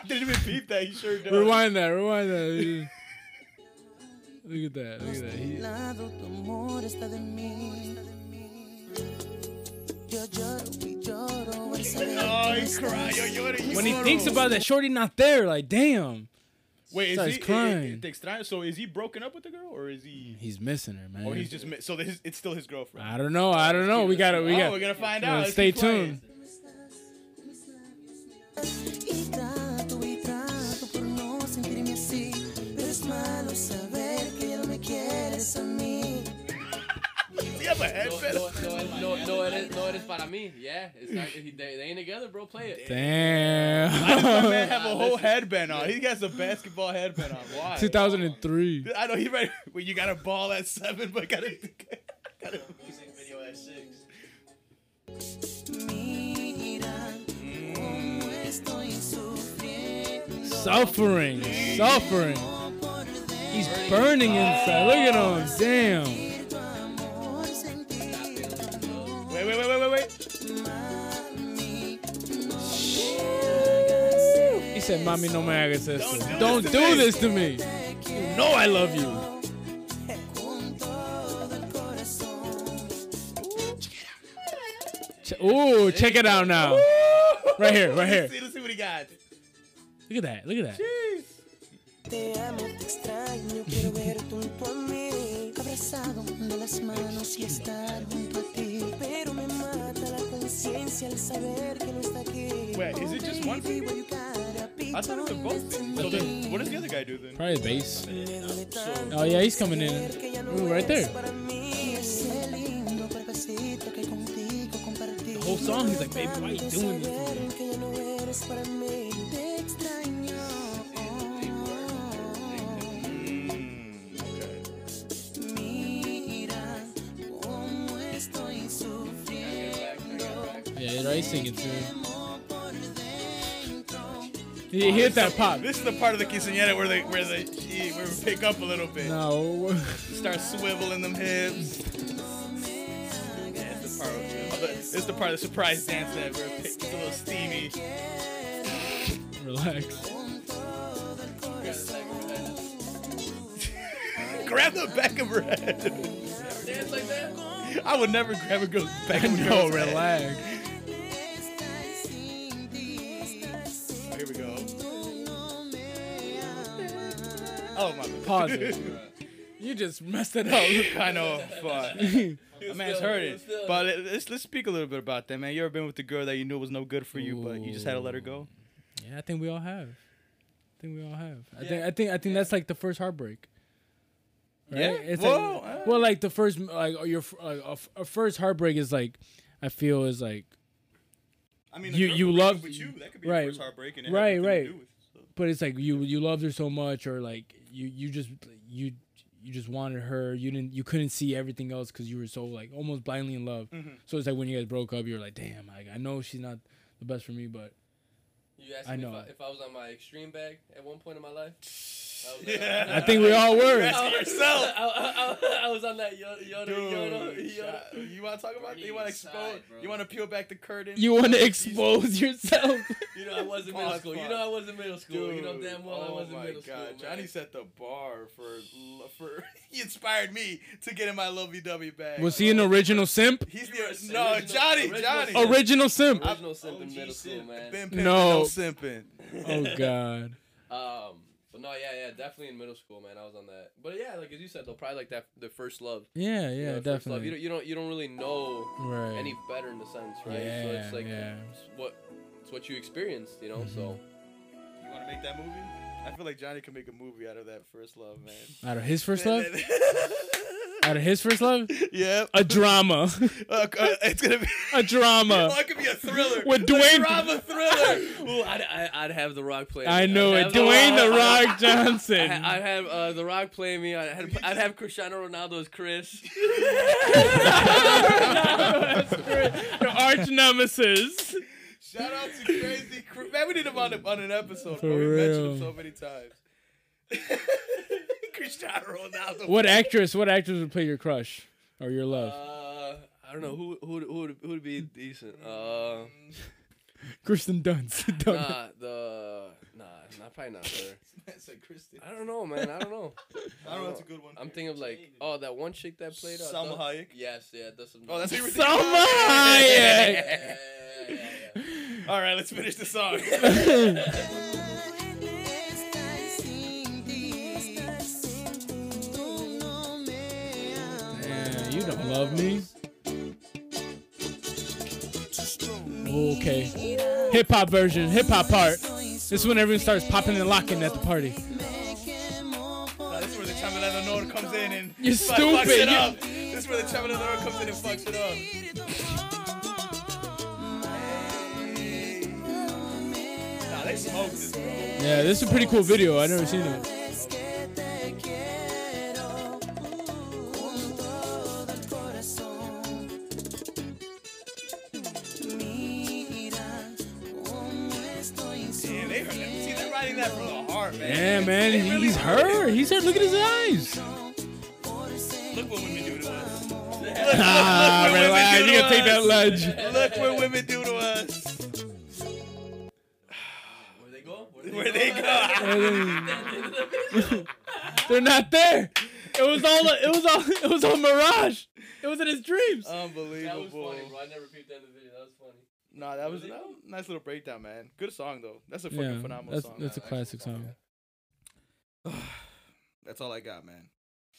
[SPEAKER 2] Didn't even beat that. You sure did.
[SPEAKER 3] rewind that. Rewind that. Look at that. Look at that. He,
[SPEAKER 7] lado, tu amor está de mí. Yo lloro y lloro al saber
[SPEAKER 2] Oh,
[SPEAKER 7] que no
[SPEAKER 2] you cry.
[SPEAKER 7] estás.
[SPEAKER 2] Yo, yo, you
[SPEAKER 3] when he
[SPEAKER 2] cry.
[SPEAKER 3] thinks about that, shorty not there. Like, damn.
[SPEAKER 2] wait, is
[SPEAKER 3] starts
[SPEAKER 2] he eh,
[SPEAKER 3] crying.
[SPEAKER 2] It, extraño, so is he broken up with the girl, or is he?
[SPEAKER 3] He's missing her, man.
[SPEAKER 2] Or he's just mi- so this, it's still his girlfriend.
[SPEAKER 3] I don't know. I don't know. We gotta. Ah, We
[SPEAKER 2] oh,
[SPEAKER 3] got.
[SPEAKER 2] we're gonna find
[SPEAKER 3] you know,
[SPEAKER 2] out. Let's
[SPEAKER 3] stay
[SPEAKER 2] keep playing.
[SPEAKER 3] tuned.
[SPEAKER 7] Y trato y trato por no sentirme así. Pero es malo saber que ya no me quieres a mí.
[SPEAKER 2] Does he have a
[SPEAKER 4] No,
[SPEAKER 2] headset?
[SPEAKER 4] no, no, no, no, it is, no, it is para me. Yeah, it's not, he, they, they ain't together, bro. Play it.
[SPEAKER 2] This man
[SPEAKER 3] Damn.
[SPEAKER 2] have a whole headband on. He has a basketball headband on. Why?
[SPEAKER 3] 2003.
[SPEAKER 2] I know he ready. Well, you got a ball at seven, but gotta. gotta
[SPEAKER 6] Music video at 6.
[SPEAKER 7] Mira cómo estoy sufriendo
[SPEAKER 3] Suffering. Suffering.
[SPEAKER 7] por dentro.
[SPEAKER 3] He's burning inside. Look at him. Damn.
[SPEAKER 7] Tu amor, sentir tu amor.
[SPEAKER 2] wait, wait, wait, wait, wait, wait.
[SPEAKER 7] Mami, no me hagas
[SPEAKER 3] He said, "Mommy, no me hagas esto. Don't
[SPEAKER 2] Don't do
[SPEAKER 3] do this to me.
[SPEAKER 7] te quiero.
[SPEAKER 3] No, I love you."
[SPEAKER 7] con todo el corazón.
[SPEAKER 3] Ch- Ooh, check it out now. Right here, right here.
[SPEAKER 2] Let's see, let's see what he got.
[SPEAKER 3] Look at that. Look at that.
[SPEAKER 7] Te amo, te extraño, quiero ver junto a mí. Abrazado de las manos y estar junto a ti. Pero me mata la conciencia al saber que no está aquí.
[SPEAKER 2] Wait, is it just one Ah,
[SPEAKER 7] Baby, what you gotta be
[SPEAKER 2] I thought it was both. So then, what does the other guy do then?
[SPEAKER 3] Probably bass. Oh yeah, he's coming in. Ooh, right there. The whole song, he's like, baby, why you doing this?
[SPEAKER 2] Mm, okay.
[SPEAKER 3] Yeah, right, he's singing too. He hit that pop.
[SPEAKER 2] This is the part of the quinceañera where they where they gee, where we pick up a little bit.
[SPEAKER 3] No.
[SPEAKER 2] Start swiveling them hips. Yeah, it's the part. Of, the- it's the part of the surprise dance that where it picks a little steamy.
[SPEAKER 3] Relax.
[SPEAKER 2] Grab the back of her head. I would never grab a girl's back. of a
[SPEAKER 3] No,
[SPEAKER 2] girl's head.
[SPEAKER 3] relax.
[SPEAKER 2] Oh, here we go. Oh my. God.
[SPEAKER 3] Pause it. You just messed it up.
[SPEAKER 2] I know. Fuck. My man's hurting. But let- let's let's speak a little bit about that, man. You ever been with the girl that you knew was no good for you, but you just had to let her go?
[SPEAKER 3] Yeah, I think we all have. I think we all have. I think I think I think that's like the first heartbreak. Right?
[SPEAKER 2] Yeah?
[SPEAKER 3] It's
[SPEAKER 2] Well,
[SPEAKER 3] like,
[SPEAKER 2] uh.
[SPEAKER 3] well, like the first like your f- like a, f- a first heartbreak is like I feel is like
[SPEAKER 2] I mean,
[SPEAKER 3] a You- girl you breaking love- with you,
[SPEAKER 2] That could
[SPEAKER 3] be your right, first
[SPEAKER 2] heartbreak.
[SPEAKER 3] it had right, nothing to right. do with but it's like you you loved her so much or like you you just you you just wanted her you didn't you couldn't see everything else because you were so like almost blindly in love so it's like when you guys broke up you were like damn like i know she's not the best for me but
[SPEAKER 4] You asked
[SPEAKER 3] I
[SPEAKER 4] me
[SPEAKER 3] know.
[SPEAKER 4] If, I, if I was on my extreme bag at one point in my life. I was,
[SPEAKER 3] i think we all were
[SPEAKER 4] I, was-
[SPEAKER 2] yourself.
[SPEAKER 4] I- I- I- I was on that yo- Yoda, Yoda,
[SPEAKER 2] Dude,
[SPEAKER 4] Yoda.
[SPEAKER 2] shut- you want to talk about? You want to expose?
[SPEAKER 6] inside, bro.
[SPEAKER 2] You want to peel back the curtain?
[SPEAKER 3] you want to expose yourself
[SPEAKER 4] You know I was in middle
[SPEAKER 2] Pause,
[SPEAKER 4] school. You
[SPEAKER 2] pause.
[SPEAKER 4] know I was in middle school.
[SPEAKER 2] Dude,
[SPEAKER 4] You know damn well I
[SPEAKER 2] oh
[SPEAKER 4] was in
[SPEAKER 2] my
[SPEAKER 4] middle school.
[SPEAKER 2] God,
[SPEAKER 4] man.
[SPEAKER 2] Johnny set the bar for lo- for. he inspired me to get in my lovey dovey bag.
[SPEAKER 3] was he an original simp
[SPEAKER 2] He's
[SPEAKER 4] You were a
[SPEAKER 2] the no
[SPEAKER 4] original-
[SPEAKER 2] Johnny.
[SPEAKER 4] original
[SPEAKER 2] Johnny.
[SPEAKER 4] simp.
[SPEAKER 3] original simp
[SPEAKER 4] original simp in
[SPEAKER 6] OG
[SPEAKER 4] middle school,
[SPEAKER 6] simp.
[SPEAKER 4] man.
[SPEAKER 2] Been pimping,
[SPEAKER 3] No.
[SPEAKER 2] no simping.
[SPEAKER 3] oh god
[SPEAKER 4] Um, but no, yeah, yeah, definitely in middle school, man. I was on that. But yeah, like as you said, though, probably like that the first love.
[SPEAKER 3] yeah yeah
[SPEAKER 4] you know, first love.
[SPEAKER 3] definitely
[SPEAKER 4] You don't, you don't you don't really know
[SPEAKER 3] right
[SPEAKER 4] any better in the sense, right? so
[SPEAKER 3] Yeah,
[SPEAKER 4] it's like
[SPEAKER 3] yeah.
[SPEAKER 4] it's what it's what you experienced, you know. So
[SPEAKER 2] You want to make that movie? I feel like Johnny could make a movie out of that first love, man.
[SPEAKER 3] out of his first love out of his first love
[SPEAKER 2] yep.
[SPEAKER 3] a drama
[SPEAKER 2] Uh, uh, it's gonna be.
[SPEAKER 3] a
[SPEAKER 2] Oh,
[SPEAKER 3] drama
[SPEAKER 2] it could be a thriller.
[SPEAKER 3] with
[SPEAKER 2] a
[SPEAKER 3] Dwayne
[SPEAKER 2] drama thriller.
[SPEAKER 4] Ooh, I'd, I- I'd have The Rock play.
[SPEAKER 3] I know it. Dwayne the Rock Johnson.
[SPEAKER 4] I, I'd have uh, The Rock play me. I'd, have- I'd have Cristiano Ronaldo as Chris.
[SPEAKER 3] the arch nemesis.
[SPEAKER 2] Shout out to Crazy Crew. Man, we did him on, a, on an episode.
[SPEAKER 3] For
[SPEAKER 2] bro. We mentioned
[SPEAKER 3] real.
[SPEAKER 2] him so many times. Cristiano Ronaldo.
[SPEAKER 3] What actress? What actress would play your crush or your love?
[SPEAKER 4] Uh, I don't know who who would- who would, who would be decent. Uh,
[SPEAKER 3] Kristen Dunst. Dunst.
[SPEAKER 2] Mm.
[SPEAKER 4] nah, the nah, not probably not her.
[SPEAKER 2] I said Kristen.
[SPEAKER 4] I don't know, man. I don't know.
[SPEAKER 2] I don't know. It's a good one.
[SPEAKER 4] I'm thinking of like, oh, that one chick that played. Uh,
[SPEAKER 2] Salma
[SPEAKER 4] Dun-
[SPEAKER 2] Hayek.
[SPEAKER 4] Yes, yeah, that's.
[SPEAKER 2] Oh, that's who you were thinking.
[SPEAKER 3] Selma Hayek.
[SPEAKER 4] yeah, yeah, yeah, yeah.
[SPEAKER 2] All right, let's finish the song.
[SPEAKER 3] Man, you don't love me. Okay. Hip hop version. Hip hop part. This is when everyone starts popping and locking at the party.
[SPEAKER 2] Nah, this is where the Chamela de Honor comes in and
[SPEAKER 3] You're
[SPEAKER 2] fu- fucks
[SPEAKER 3] stupid,
[SPEAKER 2] it
[SPEAKER 3] you-
[SPEAKER 2] up. This is where the Chamela de Honor comes in and fucks it up. Nah, they smoked this, bro.
[SPEAKER 3] Yeah, this is a pretty cool video. I've never seen it.
[SPEAKER 2] Damn, they heard that. See, they're writing that from the heart, man.
[SPEAKER 3] Yeah, man.
[SPEAKER 2] They really
[SPEAKER 3] He's
[SPEAKER 2] wrote it.
[SPEAKER 3] her. He's her. Look at his eyes.
[SPEAKER 2] Look what women do to us.
[SPEAKER 3] Ah,
[SPEAKER 2] Look what
[SPEAKER 3] relax.
[SPEAKER 2] women do
[SPEAKER 3] You can
[SPEAKER 2] to
[SPEAKER 3] take that
[SPEAKER 2] us.
[SPEAKER 3] ledge.
[SPEAKER 2] Look what women do to us.
[SPEAKER 4] Where they go?
[SPEAKER 2] Where they go.
[SPEAKER 3] They're not there. It was all. It was all. It was all mirage. It was in his dreams.
[SPEAKER 2] Uh,
[SPEAKER 4] That was
[SPEAKER 2] Unbelievable.
[SPEAKER 4] funny, bro. I never peeped that in the video. That was funny.
[SPEAKER 2] Nah, that was,
[SPEAKER 4] Really?
[SPEAKER 2] that was a nice little breakdown, man. Good song though. That's a fucking
[SPEAKER 3] yeah,
[SPEAKER 2] phenomenal
[SPEAKER 3] that's
[SPEAKER 2] song.
[SPEAKER 3] that's a
[SPEAKER 2] man.
[SPEAKER 3] classic song.
[SPEAKER 2] That's all I got, man.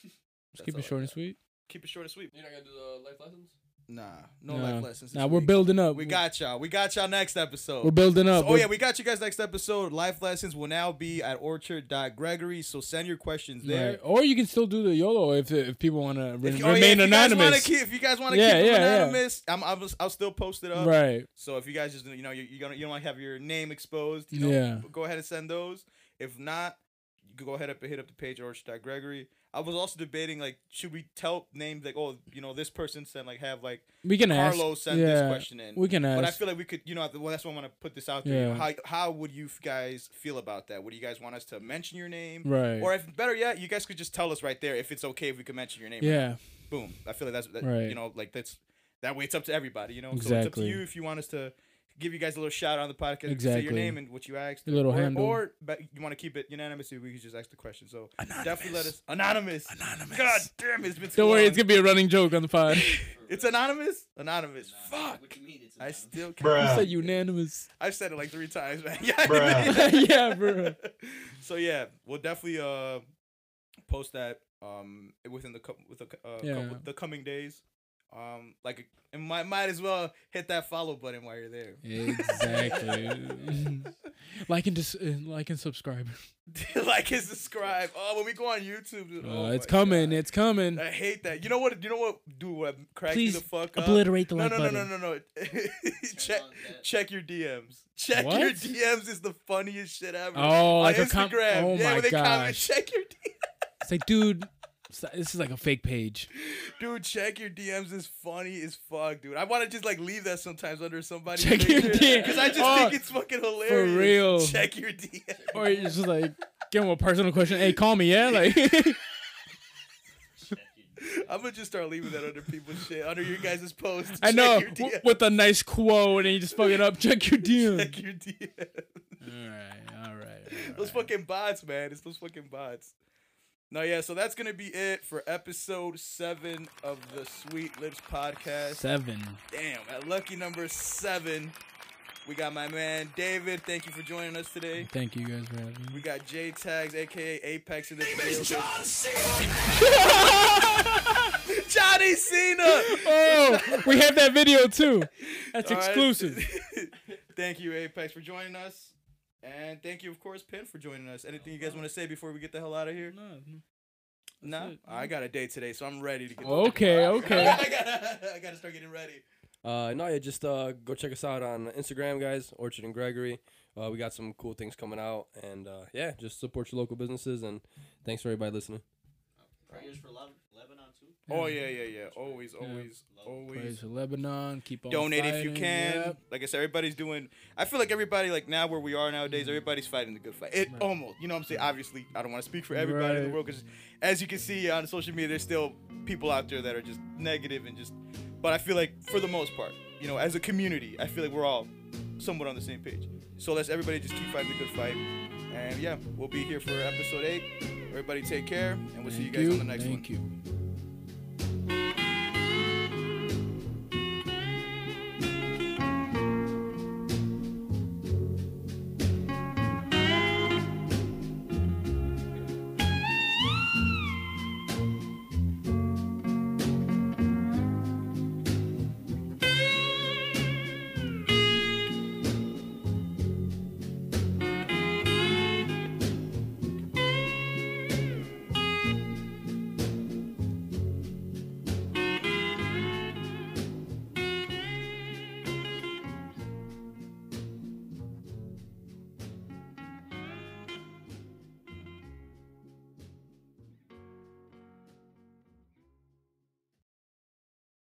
[SPEAKER 3] Let's keep
[SPEAKER 2] all I
[SPEAKER 3] it short and
[SPEAKER 2] got.
[SPEAKER 3] sweet.
[SPEAKER 2] Keep it short and sweet.
[SPEAKER 4] You're not gonna do the life lessons?
[SPEAKER 2] Nah, no
[SPEAKER 3] Nah.
[SPEAKER 2] life lessons. this
[SPEAKER 3] Nah, we're
[SPEAKER 2] week.
[SPEAKER 3] building up.
[SPEAKER 2] We got y'all. We got y'all next episode.
[SPEAKER 3] We're building up.
[SPEAKER 2] So- oh
[SPEAKER 3] We're-
[SPEAKER 2] yeah, we got you guys next episode. Life lessons will now be at orchard.gregory. So send your questions there.
[SPEAKER 3] Right. Or you can still do the YOLO if, if people want to re-
[SPEAKER 2] If you- oh, yeah, if
[SPEAKER 3] remain
[SPEAKER 2] you guys wanna
[SPEAKER 3] anonymous.
[SPEAKER 2] keep- if you guys want to
[SPEAKER 3] Yeah,
[SPEAKER 2] keep them
[SPEAKER 3] yeah, yeah.
[SPEAKER 2] anonymous, I'm, I'm, I'll still post it up.
[SPEAKER 3] right.
[SPEAKER 2] So if you guys just you know you, you gonna you don't want to have your name exposed, you know,
[SPEAKER 3] Yeah.
[SPEAKER 2] go ahead and send those. If not, you can go ahead up and hit up the page Orchard Gregory. I was also debating like should we tell names like oh you know this person sent like have like
[SPEAKER 3] We can ask.
[SPEAKER 2] Carlos sent
[SPEAKER 3] yeah.
[SPEAKER 2] this question in.
[SPEAKER 3] We can ask.
[SPEAKER 2] But I feel like we could, you know, well, that's why I want to put this out there.
[SPEAKER 3] Yeah.
[SPEAKER 2] How, how would you guys feel about that? Would you guys want us to mention your name?
[SPEAKER 3] Right.
[SPEAKER 2] Or if better yet, you guys could just tell us right there if it's okay if we could mention your name. or
[SPEAKER 3] yeah.
[SPEAKER 2] not. Boom. I feel like that's, that,
[SPEAKER 3] Right.
[SPEAKER 2] you know, like that's, that way it's up to everybody, you know? So it's up to
[SPEAKER 3] Exactly.
[SPEAKER 2] you if you want us to give you guys a little shout out on the podcast. Say your
[SPEAKER 3] Exactly.
[SPEAKER 2] name and what you asked.
[SPEAKER 3] Your little
[SPEAKER 2] or,
[SPEAKER 3] handle.
[SPEAKER 2] Or but you want to keep it unanimous, we could just ask the question. So definitely let us. Anonymous. Anonymous. God damn it. It's been too
[SPEAKER 3] Don't worry,
[SPEAKER 2] long.
[SPEAKER 3] it's going to be a running joke on the pod.
[SPEAKER 2] It's anonymous? Anonymous. Fuck.
[SPEAKER 6] What you mean? It's
[SPEAKER 2] I
[SPEAKER 6] anonymous?
[SPEAKER 2] still can't.
[SPEAKER 3] I
[SPEAKER 8] Bruh.
[SPEAKER 3] said unanimous.
[SPEAKER 2] I've said it like three times, man. Yeah.
[SPEAKER 8] Bruh.
[SPEAKER 3] yeah, bro.
[SPEAKER 2] so yeah, we'll definitely uh post that um within the co- with the co- uh,
[SPEAKER 3] Yeah.
[SPEAKER 2] couple- the coming days. Um, like, and might might as well hit that follow button while you're there.
[SPEAKER 3] Exactly. like and dis- uh, like and subscribe.
[SPEAKER 2] like and subscribe. Oh, when we go on YouTube, dude, oh
[SPEAKER 3] Uh, it's
[SPEAKER 2] my
[SPEAKER 3] coming.
[SPEAKER 2] God.
[SPEAKER 3] It's coming.
[SPEAKER 2] I hate that. You know what? You know what? Do what cracks me
[SPEAKER 3] Please
[SPEAKER 2] the fuck up.
[SPEAKER 3] obliterate the
[SPEAKER 2] no,
[SPEAKER 3] like
[SPEAKER 2] no,
[SPEAKER 3] button.
[SPEAKER 2] no, no, no, no. check,
[SPEAKER 6] on that.
[SPEAKER 2] check your DMs. Check your
[SPEAKER 3] What?
[SPEAKER 2] DMs is the funniest shit ever.
[SPEAKER 3] Oh,
[SPEAKER 2] on
[SPEAKER 3] like a
[SPEAKER 2] Instagram.
[SPEAKER 3] com- oh
[SPEAKER 2] yeah,
[SPEAKER 3] my
[SPEAKER 2] when they comment,
[SPEAKER 3] gosh.
[SPEAKER 2] check your DMs.
[SPEAKER 3] It's like, dude, s- this is like a fake page.
[SPEAKER 2] Dude, check your DMs is funny as fuck, dude. I want to just like leave that sometimes under somebody's
[SPEAKER 3] Check your DM.
[SPEAKER 2] because I just
[SPEAKER 3] Oh,
[SPEAKER 2] think it's fucking hilarious.
[SPEAKER 3] real.
[SPEAKER 2] Check your DMs.
[SPEAKER 3] Or you're just like, give him a personal question. Hey, call me, yeah? Like,
[SPEAKER 2] I'm gonna just start leaving that under people's shit, under your guys' posts.
[SPEAKER 3] I
[SPEAKER 2] Check
[SPEAKER 3] know.
[SPEAKER 2] Your
[SPEAKER 3] w-
[SPEAKER 2] DMs.
[SPEAKER 3] with a nice quote, and you just fuck it up. Check your DM.
[SPEAKER 2] Check your DMs.
[SPEAKER 3] all right, all right.
[SPEAKER 2] Those fucking bots, man. It's those fucking bots. No, yeah. So that's gonna be it for episode seven of the Sweet Lips podcast.
[SPEAKER 3] Seven.
[SPEAKER 2] Damn, at lucky number seven, we got my man David. Thank you for joining us today.
[SPEAKER 3] Thank you guys for having me.
[SPEAKER 2] We got J Tags, aka Apex in the field. Johnny Cena.
[SPEAKER 3] Oh, we have that video too. That's
[SPEAKER 2] All right.
[SPEAKER 3] exclusive.
[SPEAKER 2] thank you, Apex, for joining us. And thank you, of course, Pin, for joining us. Anything you guys want to say before we get the hell out of here? No,
[SPEAKER 3] it. Oh.
[SPEAKER 2] I got a date today, so I'm ready to get.
[SPEAKER 3] Okay, okay.
[SPEAKER 2] I gotta, I gotta start getting ready.
[SPEAKER 4] Uh, no, yeah, just uh, go check us out on Instagram, guys. Orchard and Gregory. Uh, we got some cool things coming out, and uh, yeah, just support your local businesses. And thanks for everybody listening.
[SPEAKER 6] Prayers for Lev- Lebanon too.
[SPEAKER 2] Oh yeah, yeah, yeah. Always, always, always.
[SPEAKER 3] Praise for Lebanon. Keep on
[SPEAKER 2] donate if you
[SPEAKER 3] fighting,
[SPEAKER 2] can.
[SPEAKER 3] yep.
[SPEAKER 2] Like I said, everybody's doing. I feel like everybody, like now where we are
[SPEAKER 3] Mm-hmm.
[SPEAKER 2] nowadays, everybody's fighting the good fight. It almost, you know, what I'm saying. Obviously, I don't want to speak for everybody in the
[SPEAKER 3] Right.
[SPEAKER 2] world because, as you can see on social media, there's still people out there that are just negative and just. But I feel like for the most part, you know, as a community, I feel like we're all somewhat on the same page. So let's everybody just keep fighting the good fight. And yeah, we'll be here for episode eight. Everybody take care, and we'll see you
[SPEAKER 3] Thank
[SPEAKER 2] guys
[SPEAKER 3] you.
[SPEAKER 2] on the next one.
[SPEAKER 3] Thank you.